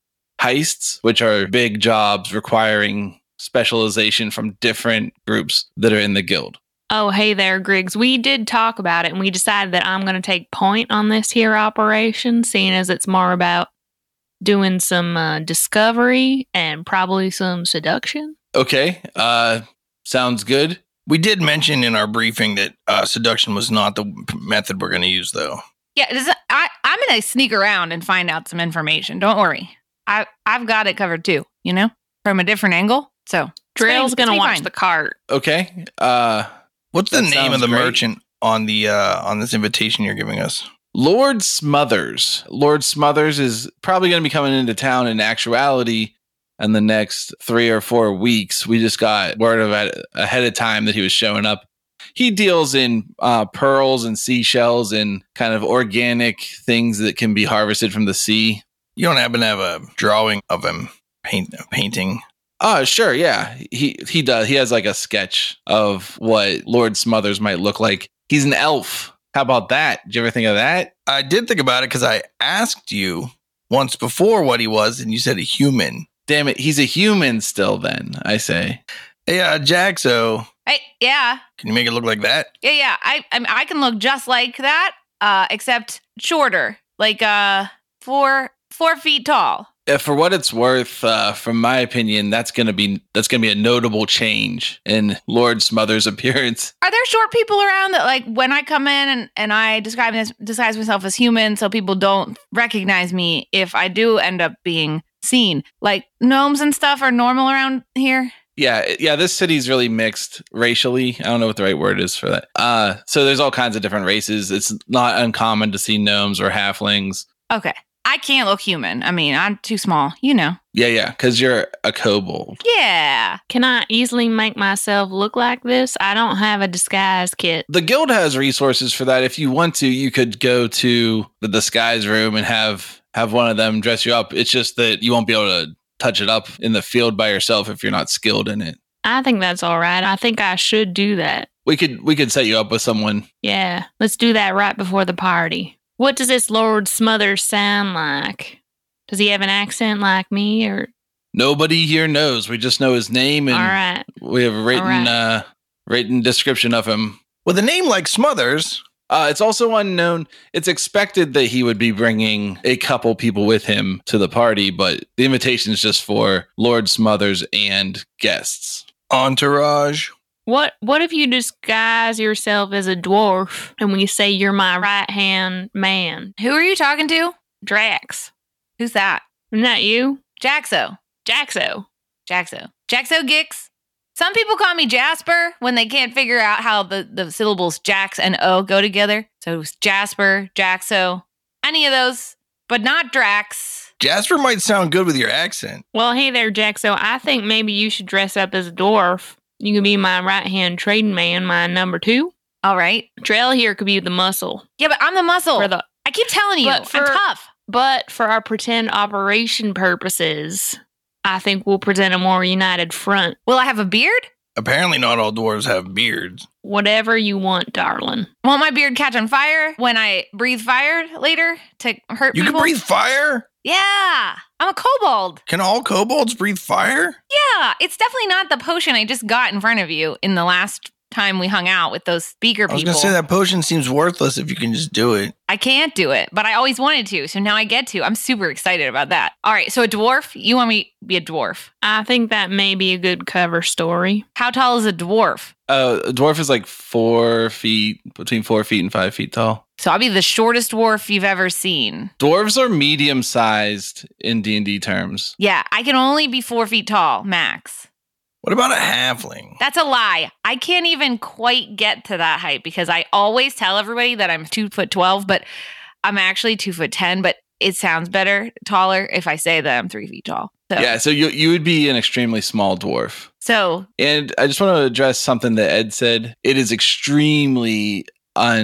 heists, which are big jobs requiring specialization from different groups that are in the guild. Oh, hey there, Griggs. We did talk about it and we decided that I'm going to take point on this here operation, seeing as it's more about doing some uh, discovery and probably some seduction. Okay, uh, sounds good. We did mention in our briefing that uh, seduction was not the method we're going to use, though. Yeah, does, I, I'm going to sneak around and find out some information. Don't worry. I, I've got it covered too, you know, from a different angle. So, Drill's fine. going to It's watch fine. the cart. Okay, uh, What's the That name sounds of the great. merchant on the uh, on this invitation you're giving us? Lord Smothers. Lord Smothers is probably going to be coming into town in actuality in the next three or four weeks. We just got word of it ahead of time that he was showing up. He deals in uh, pearls and seashells and kind of organic things that can be harvested from the sea. You don't happen to have a drawing of him, paint a painting. Uh sure, yeah. He he does. He has like a sketch of what Lord Smothers might look like. He's an elf. How about that? Did you ever think of that? I did think about it because I asked you once before what he was, and you said a human. Damn it, he's a human still then, I say. Hey, uh, Jack, so hey, yeah, can you make it look like that? yeah, yeah. I, I, mean, I can look just like that, uh, except shorter, like uh, four four feet tall. Uh, for what it's worth, uh, from my opinion, that's gonna be that's gonna be a notable change in Lord Smothers' (laughs) appearance. Are there short people around that, like, when I come in and, and I describe this, disguise myself as human so people don't recognize me if I do end up being seen? Like, gnomes and stuff are normal around here? Yeah, yeah, this city's really mixed racially. I don't know what the right word is for that. Uh, so there's all kinds of different races. It's not uncommon to see gnomes or halflings. Okay. I can't look human. I mean, I'm too small, you know. Yeah, yeah, because you're a kobold. Yeah. Can I easily make myself look like this? I don't have a disguise kit. The guild has resources for that. If you want to, you could go to the disguise room and have have one of them dress you up. It's just that you won't be able to touch it up in the field by yourself if you're not skilled in it. I think that's all right. I think I should do that. We could we could set you up with someone. Yeah, let's do that right before the party. What does this Lord Smothers sound like? Does he have an accent like me or Nobody here knows. We just know his name and all right? we have a written right. uh written description of him. With a name like Smothers, Uh, it's also unknown. It's expected that he would be bringing a couple people with him to the party, but the invitation is just for Lord Smothers and guests. entourage. What what if you disguise yourself as a dwarf and we say you're my right hand man? Who are you talking to? Drax. Who's that? Isn't that you? Jaxo. Jaxo. Jaxo. Jaxo Gix. Some people call me Jasper when they can't figure out how the, the syllables Jax and O go together. So it was Jasper, Jaxo, any of those, but not Drax. Jasper might sound good with your accent. Well, hey there, Jaxo. I think maybe you should dress up as a dwarf. You can be my right hand trading man, my number two. All right. Trail here could be the muscle. Yeah, but I'm the muscle. For the I keep telling you, But for- I'm tough. but for our pretend operation purposes, I think we'll present a more united front. Will I have a beard? Apparently, not all dwarves have beards. Whatever you want, darling. Won't my beard catch on fire when I breathe fire later to hurt You people? can breathe fire. Yeah, I'm a kobold. Can all kobolds breathe fire? Yeah, it's definitely not the potion I just got in front of you in the last time we hung out with those speaker I was people. gonna say that potion seems worthless if you can just do it. I can't do it, but I always wanted to, so now I get to. I'm super excited about that. All right, so a dwarf. You want me to be a dwarf? I think that may be a good cover story. How tall is a dwarf? Uh, a dwarf is like four feet, between four feet and five feet tall. So I'll be the shortest dwarf you've ever seen. Dwarves are medium sized in D and D terms. Yeah, I can only be four feet tall max. What about a halfling? That's a lie. I can't even quite get to that height because I always tell everybody that I'm two foot twelve, but I'm actually two foot ten. But it sounds better, taller, if I say that I'm three feet tall. So, Yeah, so you you would be an extremely small dwarf. so And I just want to address something that Ed said. It is extremely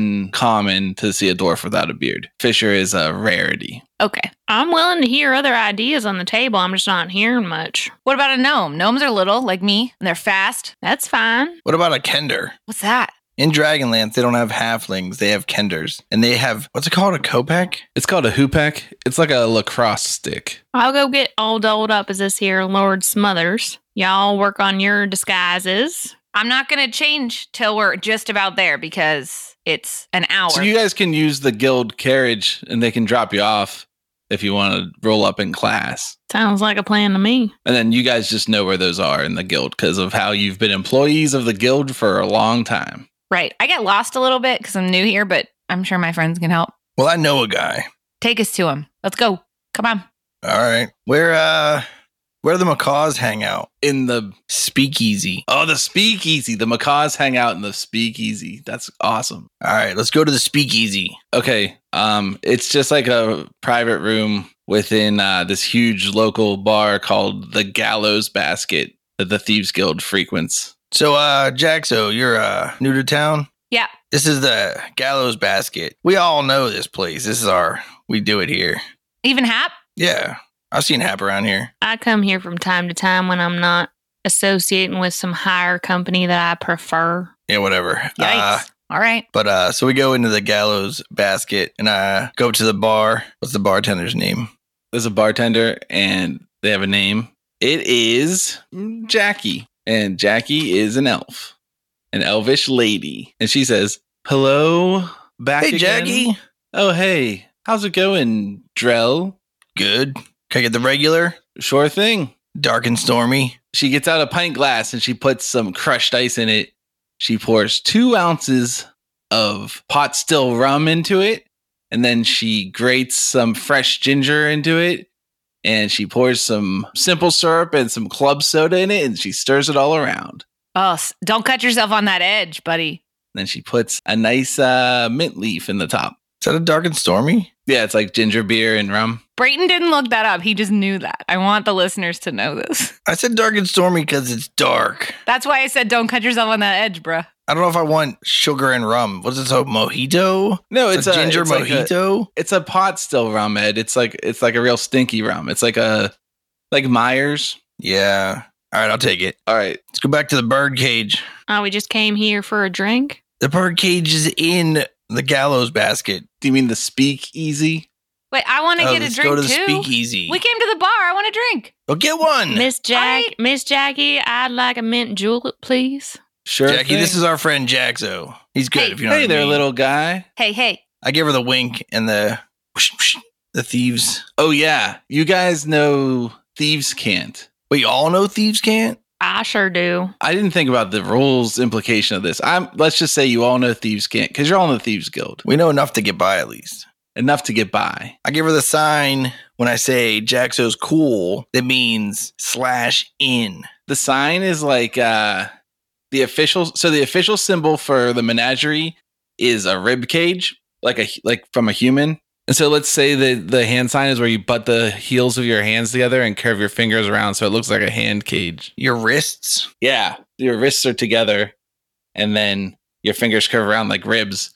uncommon to see a dwarf without a beard. Fisher is a rarity. okay. I'm willing to hear other ideas on the table. I'm just not hearing much. What about a gnome? Gnomes are little, like me, and they're fast. That's fine. What about a kender? What's that? In Dragonlance, they don't have halflings; they have kenders, and they have what's it called? A kopeck? It's called a hoopak. It's like a lacrosse stick. I'll go get all dolled up as this here Lord Smothers. Y'all work on your disguises. I'm not gonna change till we're just about there because it's an hour. So you guys can use the guild carriage and they can drop you off if you want to roll up in class. Sounds like a plan to me. And then you guys just know where those are in the guild because of how you've been employees of the guild for a long time. right. I get lost a little bit because I'm new here, but I'm sure my friends can help. Well, I know a guy. Take us to him. Let's go. Come on. All right, where uh, where the macaws hang out? In the Speakeasy. oh, the speakeasy. The macaws hang out in the speakeasy. That's awesome. All right, let's go to the speakeasy. Okay. Um, it's just like a private room within uh, this huge local bar called the Gallows Basket that the Thieves Guild frequents. So, uh, Jaxo, you're uh new to town. Yeah. This is the Gallows Basket. We all know this place. This is our. We do it here. Even Hap. Yeah, I've seen Hap around here. I come here from time to time when I'm not associating with some higher company that I prefer. Yeah, whatever. Yikes. Uh, All right. but uh, so we go into the gallows basket and I go up to the bar. What's the bartender's name? There's a bartender and they have a name. It is Jackie. And Jackie is an elf, an elvish lady. And she says, Hello, back hey, again." Jackie. Oh, hey. How's it going, Drell? Good. Can I get the regular? Sure thing. Dark and stormy. She gets out a pint glass and she puts some crushed ice in it. She pours two ounces of pot still rum into it. And then she grates some fresh ginger into it. and she pours some simple syrup and some club soda in it and she stirs it all around. Oh, s- don't cut yourself on that edge, buddy. Then she puts a nice uh, mint leaf in the top. Is that a dark and stormy? Yeah, it's like ginger beer and rum. Brayton didn't look that up. He just knew that. I want the listeners to know this. (laughs) I said dark and stormy because it's dark. That's why I said don't cut yourself on that edge, bruh. I don't know if I want sugar and rum. What's it so mojito? No, It's it's a ginger it's like a- mojito. it's a pot still rum, Ed. It's like it's like a real stinky rum. It's like a like Myers. yeah. All right, I'll take it. All right, Let's go back to the bird cage. Oh, we just came here for a drink. The bird cage is in the gallows basket. do you mean the speakeasy? Wait, I want to Oh, get a let's drink go to the too. speakeasy. We came to the bar. I want a drink. Go get (clears throat) one. Miss Jack, I- Miss Jackie, I'd like a mint julep, please. Sure. Jackie, thing. this is our friend Jaxo. He's good. Hey. if you know hey what I there, mean. little guy. Hey, hey. I give her the wink and the whoosh, whoosh, the thieves. Oh yeah, you guys know thieves can't. We all know thieves can't. I sure do. I didn't think about the rules implication of this. I'm let's just say you all know thieves can't because you're all in the thieves guild We know enough to get by at least. enough to get by. I give her the sign when I say Jaxo's cool. That means slash in. The sign is like uh the official. So the official symbol for the menagerie is a rib cage, like a like from a human. And so let's say that the hand sign is where you butt the heels of your hands together and curve your fingers around so it looks like a hand cage. Your wrists. Yeah, your wrists are together, and then your fingers curve around like ribs.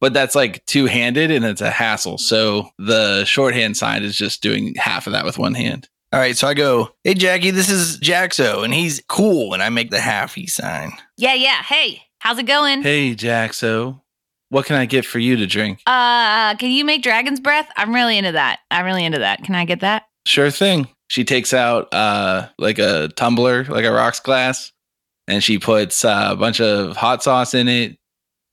But that's like two handed, and it's a hassle. So the shorthand sign is just doing half of that with one hand. All right, so I go, hey Jackie, this is Jaxo, and he's cool, and I make the halfy sign. Yeah, yeah. Hey, how's it going? Hey, Jaxo, what can I get for you to drink? Uh, can you make dragon's breath? I'm really into that. I'm really into that. Can I get that? Sure thing. She takes out uh, like a tumbler, like a rocks glass, and she puts uh, a bunch of hot sauce in it,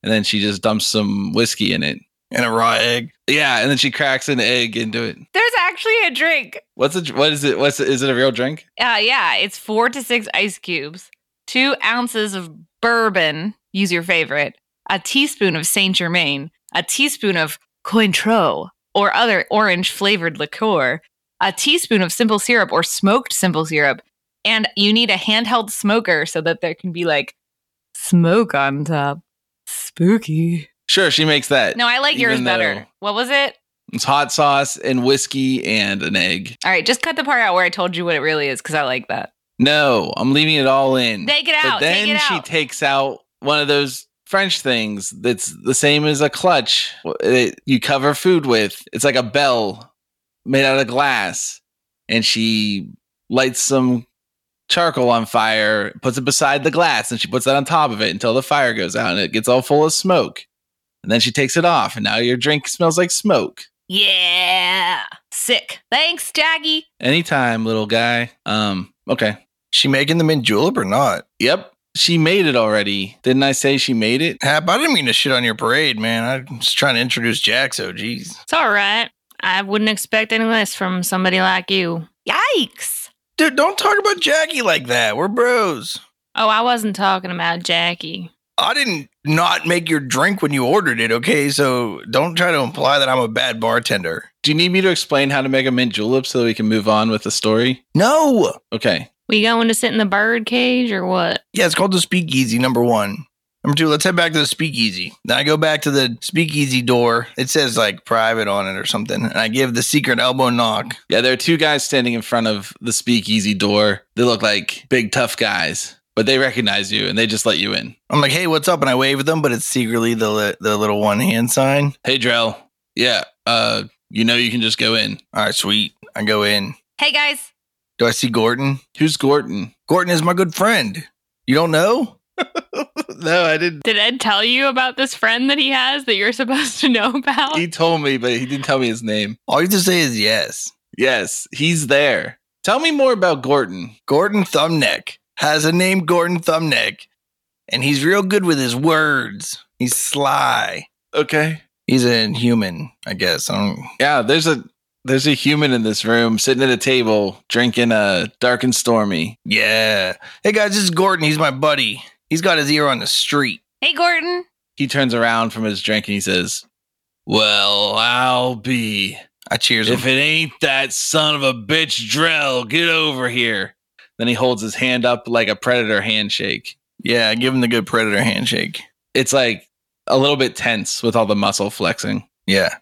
and then she just dumps some whiskey in it. And a raw egg. Yeah, and then she cracks an egg into it. There's actually a drink. What's a, what is it? What's is it a real drink? Uh, yeah, it's four to six ice cubes, two ounces of bourbon, use your favorite, a teaspoon of Saint Germain, a teaspoon of Cointreau or other orange flavored liqueur, a teaspoon of simple syrup or smoked simple syrup, and you need a handheld smoker so that there can be like smoke on top. Spooky. Sure, she makes that. No, I like yours Even though- better. What was it? It's hot sauce and whiskey and an egg. All right, just cut the part out where I told you what it really is because I like that. No, I'm leaving it all in. Take it Mm. but out. then take it she out. takes out one of those French things that's the same as a clutch that you cover food with. It's like a bell made out of glass. And she lights some charcoal on fire, puts it beside the glass, and she puts that on top of it until the fire goes out and it gets all full of smoke. And then she takes it off, and now your drink smells like smoke. Yeah. Sick. Thanks, Jackie. Anytime, little guy. Um, okay. She making the mint julep or not? Yep. She made it already. Didn't I say she made it? Hap, I didn't mean to shit on your parade, man. I'm just trying to introduce Jaxo. Jeez. It's all right. I wouldn't expect any less from somebody like you. Yikes. Dude, don't talk about Jackie like that. We're bros. Oh, I wasn't talking about Jackie. I didn't not make your drink when you ordered it, okay? So don't try to imply that I'm a bad bartender. Do you need me to explain how to make a mint julep so that we can move on with the story? No. Okay. We going to sit in the bird cage or what? Yeah, it's called the speakeasy, number one. Number two, let's head back to the speakeasy. Then I go back to the speakeasy door. It says like private on it or something. And I give the secret elbow knock. Yeah, there are two guys standing in front of the speakeasy door. They look like big tough guys, but they recognize you and they just let you in. I'm like, hey, what's up? And I wave at them, but it's secretly the, li- the little one hand sign. Hey Drell. Yeah, uh, you know you can just go in. All right, sweet. I go in. Hey, guys. Do I see Gordon? Who's Gorton? Gordon is my good friend. You don't know? (laughs) no, I didn't Did Ed tell you about this friend that he has that you're (laughs) supposed to know about? he told me, but he didn't tell me his name. All you have to say is yes. Yes, he's there. Tell me more about Gorton. Gordon Thumbneck has a name, Gordon Thumbneck, and he's real good with his words. He's sly. Okay. He's an human, I guess. I don't, Yeah, there's a there's a human in this room sitting at a table drinking a dark and stormy. yeah. Hey guys, this is Gordon. He's my buddy. He's got his ear on the street. Hey, Gordon. He turns around from his drink and he says, "Well, I'll be." I cheers If him. it ain't that son of a bitch Drell, get over here. Then he holds his hand up like a predator handshake. Yeah, give him the good predator handshake. It's like a little bit tense with all the muscle flexing. Yeah.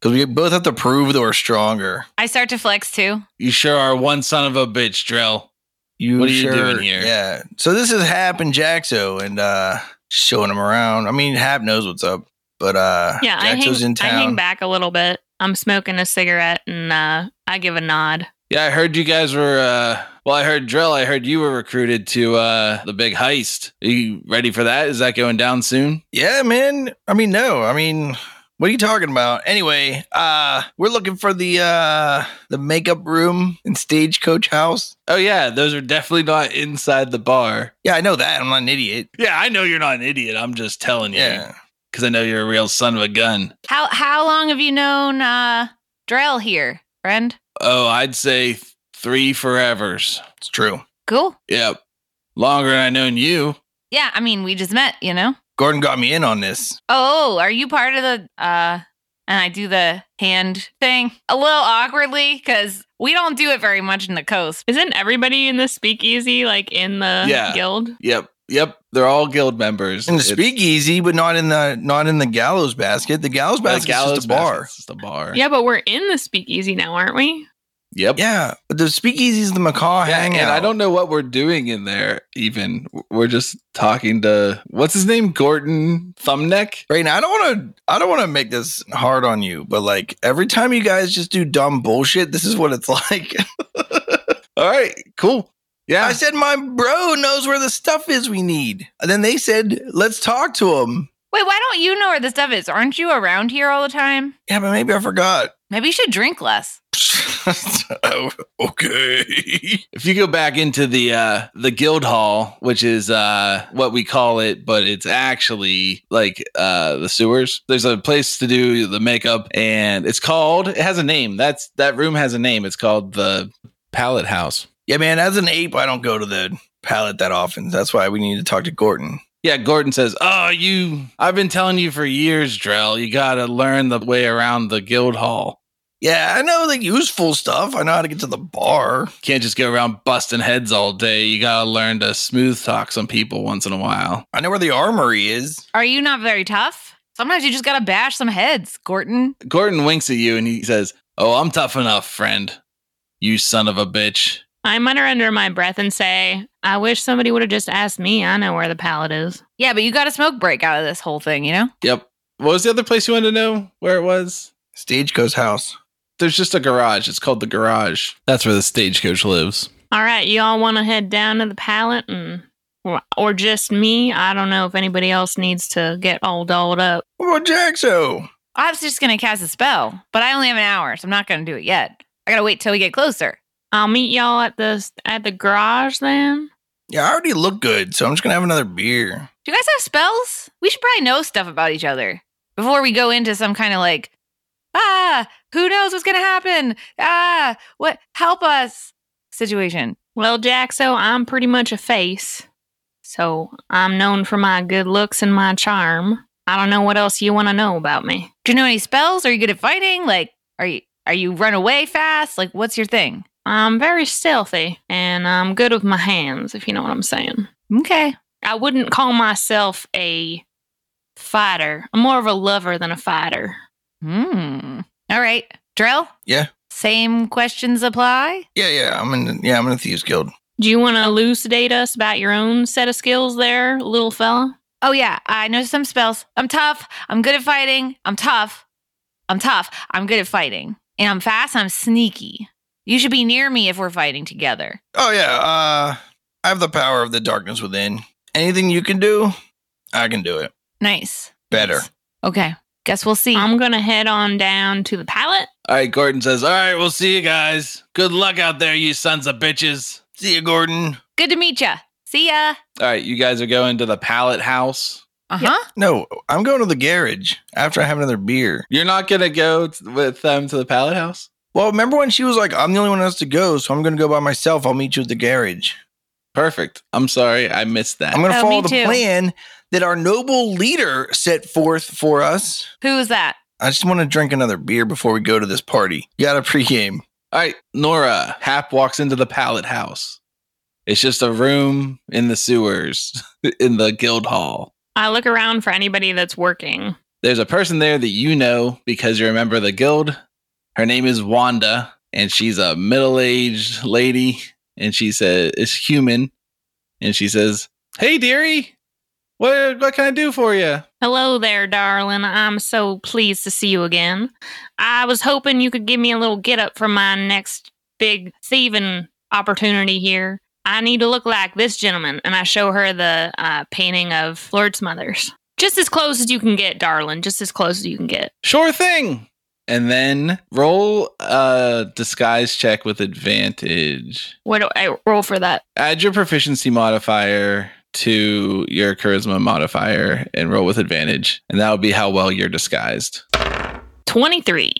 Because we both have to prove that we're stronger. I start to flex too. You sure are one son of a bitch, Drell. You What are you doing here? Yeah. So this is Hap and Jaxo and uh showing him around. I mean Hap knows what's up, but uh Yeah, I Jaxo's hang, in I town. hang back a little bit. I'm smoking a cigarette and uh, I give a nod. Yeah, I heard you guys were uh well, I heard Drell, I heard you were recruited to uh the big heist. Are you ready for that? Is that going down soon? Yeah, man. I mean, no. I mean, what are you talking about? Anyway, uh, we're looking for the uh the makeup room and stagecoach house. Oh yeah, those are definitely not inside the bar. Yeah, I know that. I'm not an idiot. Yeah, I know you're not an idiot. I'm just telling you. Yeah. Cuz I know you're a real son of a gun. How how long have you known uh Drell here, friend? Oh, I'd say th- three forevers. It's true. Cool. Yep. Longer than I known you. Yeah, I mean, we just met, you know. Gordon got me in on this. Oh, are you part of the uh and I do the hand thing a little awkwardly cuz we don't do it very much in the coast. Isn't everybody in the speakeasy like in the Yeah. guild? Yep. Yep. They're all guild members. In the It's- speakeasy, but not in the not in the gallows basket. The gallows Well, basket's the gallows gallows just a bar. basket's just a bar. Yeah, but we're in the speakeasy now, aren't we? Yep. Yeah, but the speakeasy is the macaw Yeah, hangout. and I don't know what we're doing in there. Even we're just talking to what's his name, Gordon Thumbneck. right now. I don't want to. I don't want to make this hard on you, but like every time you guys just do dumb bullshit, this is what it's (laughs) like. All right, cool. Yeah, I said, my bro knows where the stuff is we need. And then they said, let's talk to him. Wait, why don't you know where the stuff is? Aren't you around here all the time? Yeah, but maybe I forgot. (laughs) Maybe you should drink less. So, okay. if you go back into the uh the guild hall, which is uh what we call it, but it's actually like uh the sewers. There's a place to do the makeup and it's called it has a name. That's that room has a name. It's called the Pallet House. Yeah, man, as an ape, I don't go to the pallet that often. That's why we need to talk to Gordon. Yeah, Gordon says, "Oh, you I've been telling you for years, Drell. You got to learn the way around the guild hall." Yeah, I know the useful stuff. I know how to get to the bar. Can't just go around busting heads all day. You gotta learn to smooth talk some people once in a while. I know where the armory is. Are you not very tough? Sometimes you just got to bash some heads, Gorton. Gordon winks at you and he says, Oh, I'm tough enough, friend. You son of a bitch. I mutter under my breath and say, I wish somebody would have just asked me. I know where the pallet is. Yeah, but you got a smoke break out of this whole thing, you know? Yep. What was the other place you wanted to know where it was? Stagecoach house. There's just a garage. It's called the garage. That's where the stagecoach lives. All right, y'all want to head down to the pallet and or- or just me? I don't know if anybody else needs to get all dolled up. What about Jaxo? I was just going to cast a spell, but I only have an hour, so I'm not going to do it yet. I got to wait till we get closer. I'll meet y'all at the at the garage then. Yeah, I already look good, so I'm just going to have another beer. Do you guys have spells? We should probably know stuff about each other before we go into some kind of like, ah, who knows what's going to happen? Ah, what, help us situation. Well, Jaxo, I'm pretty much a face, so I'm known for my good looks and my charm. I don't know what else you want to know about me. Do you know any spells? Are you good at fighting? Like, are you, are you run away fast? Like, what's your thing? I'm very stealthy and I'm good with my hands, if you know what I'm saying. Okay. I wouldn't call myself a fighter. I'm more of a lover than a fighter. Hmm. All right. Drell? Yeah? Same questions apply? Yeah, yeah, I'm in. Yeah, I'm in the thieves guild. Do you want to elucidate us about your own set of skills there, little fella? Oh yeah, I know some spells. I'm tough. I'm good at fighting. I'm tough. I'm tough. I'm good at fighting. And I'm fast. I'm sneaky. You should be near me if we're fighting together. Oh yeah, uh, I have the power of the darkness within. Anything you can do, I can do it Nice. better. Nice. Okay. Guess we'll see. I'm going to head on down to the pallet. All right, Gordon says, All right, we'll see you guys. Good luck out there, you sons of bitches. See you, Gordon. good to meet ya. See ya. All right, you guys are going to the pallet house. Uh huh. Uh-huh. No, I'm going to the garage after I have another beer. You're not gonna go t- with them to the pallet house? Well, remember when she was like, "I'm the only one who has to go, so I'm going to go by myself. I'll meet you at the garage." Perfect. I'm sorry, I missed that. I'm going to Oh, follow me the too. plan that our noble leader set forth for us. Who's that? I just want to drink another beer before we go to this party. You got a pregame. All right, Nora. Hap walks into the pallet house. It's just a room in the sewers (laughs) in the guild hall. I look around for anybody that's working. There's a person there that you know because you're a member of the guild. Her name is Wanda, and she's a middle aged lady. And she says, "It's human," and she says, "Hey, dearie, what what can I do for you?" Hello there, darling. I'm so pleased to see you again. I was hoping you could give me a little get up for my next big thieving opportunity here. I need to look like this gentleman, and I show her the uh, painting of Lord's Mothers. Just as close as you can get, darling. Just as close as you can get. Sure thing. And then roll a disguise check with advantage. What do I roll for that? Add your proficiency modifier to your charisma modifier and roll with advantage. And that would be how well you're disguised. 23.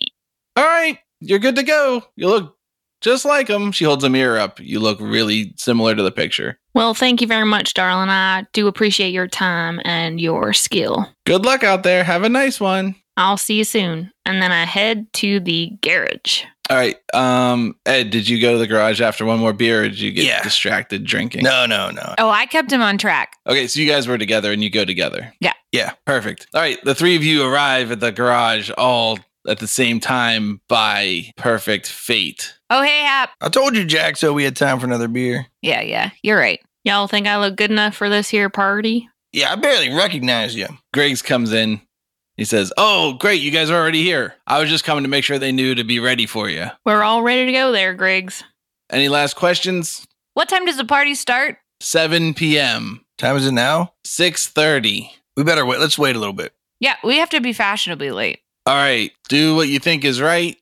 All right, you're good to go. You look just like him. She holds a mirror up. You look really similar to the picture. Well, thank you very much, darling. I do appreciate your time and your skill. Good luck out there. Have a nice one. I'll see you soon. And then I head to the garage. All right. Um, Ed, did you go to the garage after one more beer or did you get Yeah. distracted drinking? No, no, no. Oh, I kept him on track. Okay, so you guys were together and you go together. Yeah. Yeah. Perfect. All right, the three of you arrive at the garage all at the same time by perfect fate. Oh, hey, Hap. I told you, Jack, so we had time for another beer. Yeah, yeah, you're right. Y'all think I look good enough for this here party? Yeah, I barely recognize you. Griggs comes in. He says, "Oh, great, you guys are already here. I was just coming to make sure they knew to be ready for you. We're all ready to go there, Griggs. Any last questions? What time does the party start? 7 p.m. Time is it now? 6:30. We better wait. Let's wait a little bit. Yeah, we have to be fashionably late. All right, do what you think is right.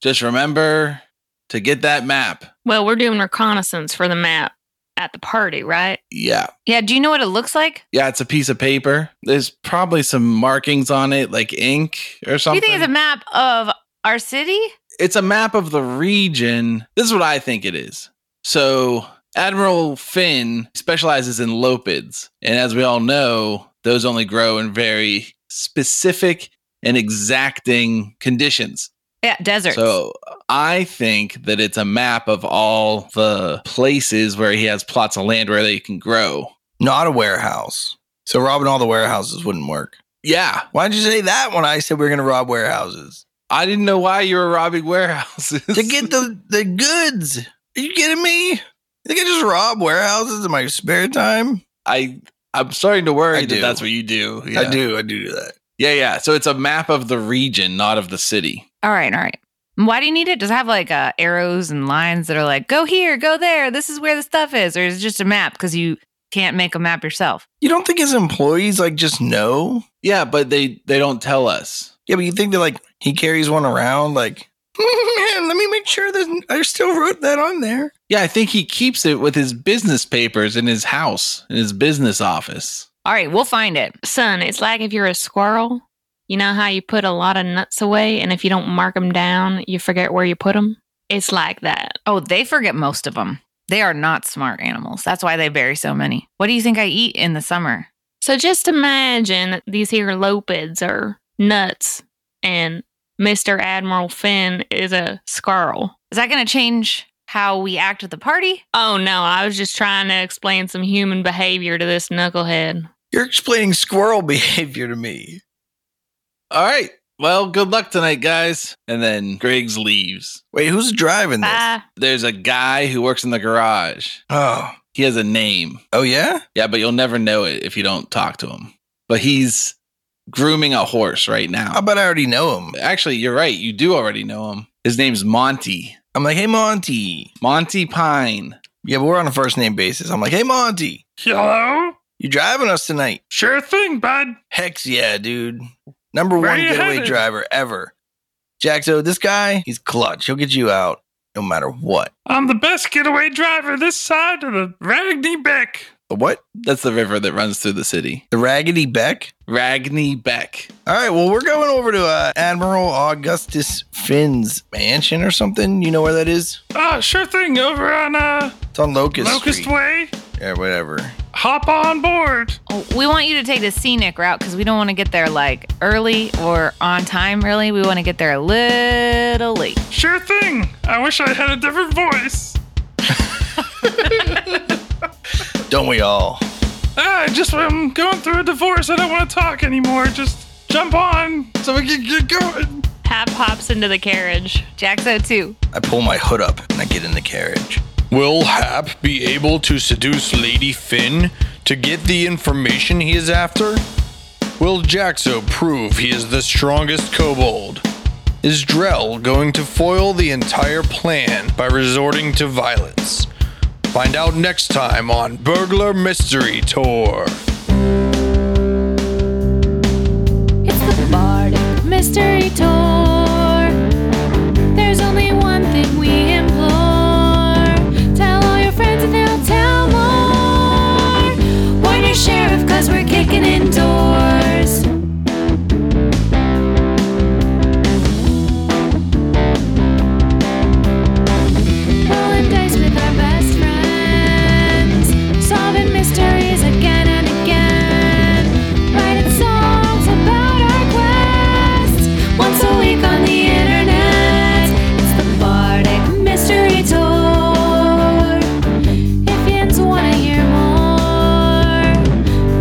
Just remember to get that map. Well, we're doing reconnaissance for the map at the party, right? Yeah, Yeah, do you know what it looks like? yeah, it's a piece of paper. There's probably some markings on it, like ink or Do something. you think it's a map of our city? it's a map of the region. This is what I think it is. So, Admiral Finn specializes in lopids. And as we all know, those only grow in very specific and exacting conditions. Yeah, deserts. So, I think that it's a map of all the places where he has plots of land where they can grow. Not a warehouse. So robbing all the warehouses wouldn't work. Yeah. Why'd you say that when I said we were going to rob warehouses? I didn't know why you were robbing warehouses. (laughs) (laughs) to get the, the goods. Are you kidding me? You think I just rob warehouses in my spare time? I I'm starting to worry I that do. that's what you do. I Yeah. do. I do do that. Yeah, yeah. So it's a map of the region, not of the city. all right, all right. Why do you need it? Does it have like uh, arrows and lines that are like, go here, go there, this is where the stuff is? Or is it just a map because you can't make a map yourself? You don't think his employees like just know? Yeah, but they they don't tell us. Yeah, but you think that like he carries one around like (laughs) man, let me make sure that I still wrote that on there. Yeah, I think he keeps it with his business papers in his house, in his business office. All right, we'll find it. Son, it's like if you're a squirrel. You know how you put a lot of nuts away, and if you don't mark them down, you forget where you put them? It's like that. Oh, they forget most of them. They are not smart animals. That's why they bury so many. What do you think I eat in the summer? So just imagine that these here lopids are nuts, and Mr. Admiral Finn is a squirrel. Is that going to change how we act at the party? Oh no, I was just trying to explain some human behavior to this knucklehead. You're explaining squirrel (laughs) behavior to me. All right. Well, good luck tonight, guys. And then Griggs leaves. Wait, who's driving this? Bye. There's a guy who works in the garage. oh. He has a name. Oh yeah? Yeah, but you'll never know it if you don't talk to him. But he's grooming a horse right How now. about I already know him? Actually, you're right. You do already know him. His name's Monty. I'm like, hey Monty. Monty Pine. Yeah, but we're on a first name basis. I'm like, hey Monty, Hello? you driving us tonight? Sure thing, bud. Hex yeah, dude. Number one Right getaway ahead. driver ever. Jaxo, this guy, he's clutch. He'll get you out no matter what. I'm the best getaway driver this side of the Ragney Beck. The what? That's the river that runs through the city. The Raggedy Beck? Ragni Beck. All right, well, we're going over to uh, Admiral Augustus Finn's mansion or something. You know where that is? Oh, sure Ah, thing. Over on uh, It's on Locust, Locust Street. Way. Yeah, whatever. hop on board. Oh, We want you to take the scenic route because we don't want to get there like early or on time, really. We want to get there a little late. Sure thing. I wish I had a different voice. Don't we all? Ah, I just I'm going through a divorce. I don't want to talk anymore. Just jump on so we can get going. Hap hops into the carriage. Jack so too. I pull my hood up and I get in the carriage. Will Hap be able to seduce Lady Finn to get the information he is after? Will Jaxo prove he is the strongest kobold? Is Drell going to foil the entire plan by resorting to violence? Find out next time on Burglar Mystery Tour. It's the Bardic Mystery Tour. There's only one thing we implore. Tell all your friends and they'll tell more. Warn your sheriff, cause we're kicking in doors. Rolling dice with our best friends. Solving mysteries again and again. Writing songs about our quests. Once a week on the internet. It's the Bardic Mystery Tour. If yins wanna hear more,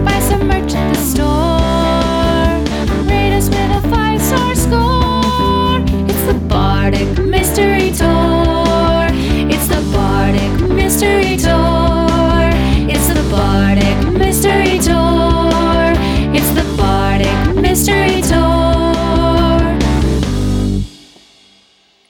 buy some merch at the store. Rate us with a five star score. It's the Bardic Mystery Tour. It's the Bardic Mystery Tour. It's the Bardic Mystery Tour. It's the Bardic Mystery Tour.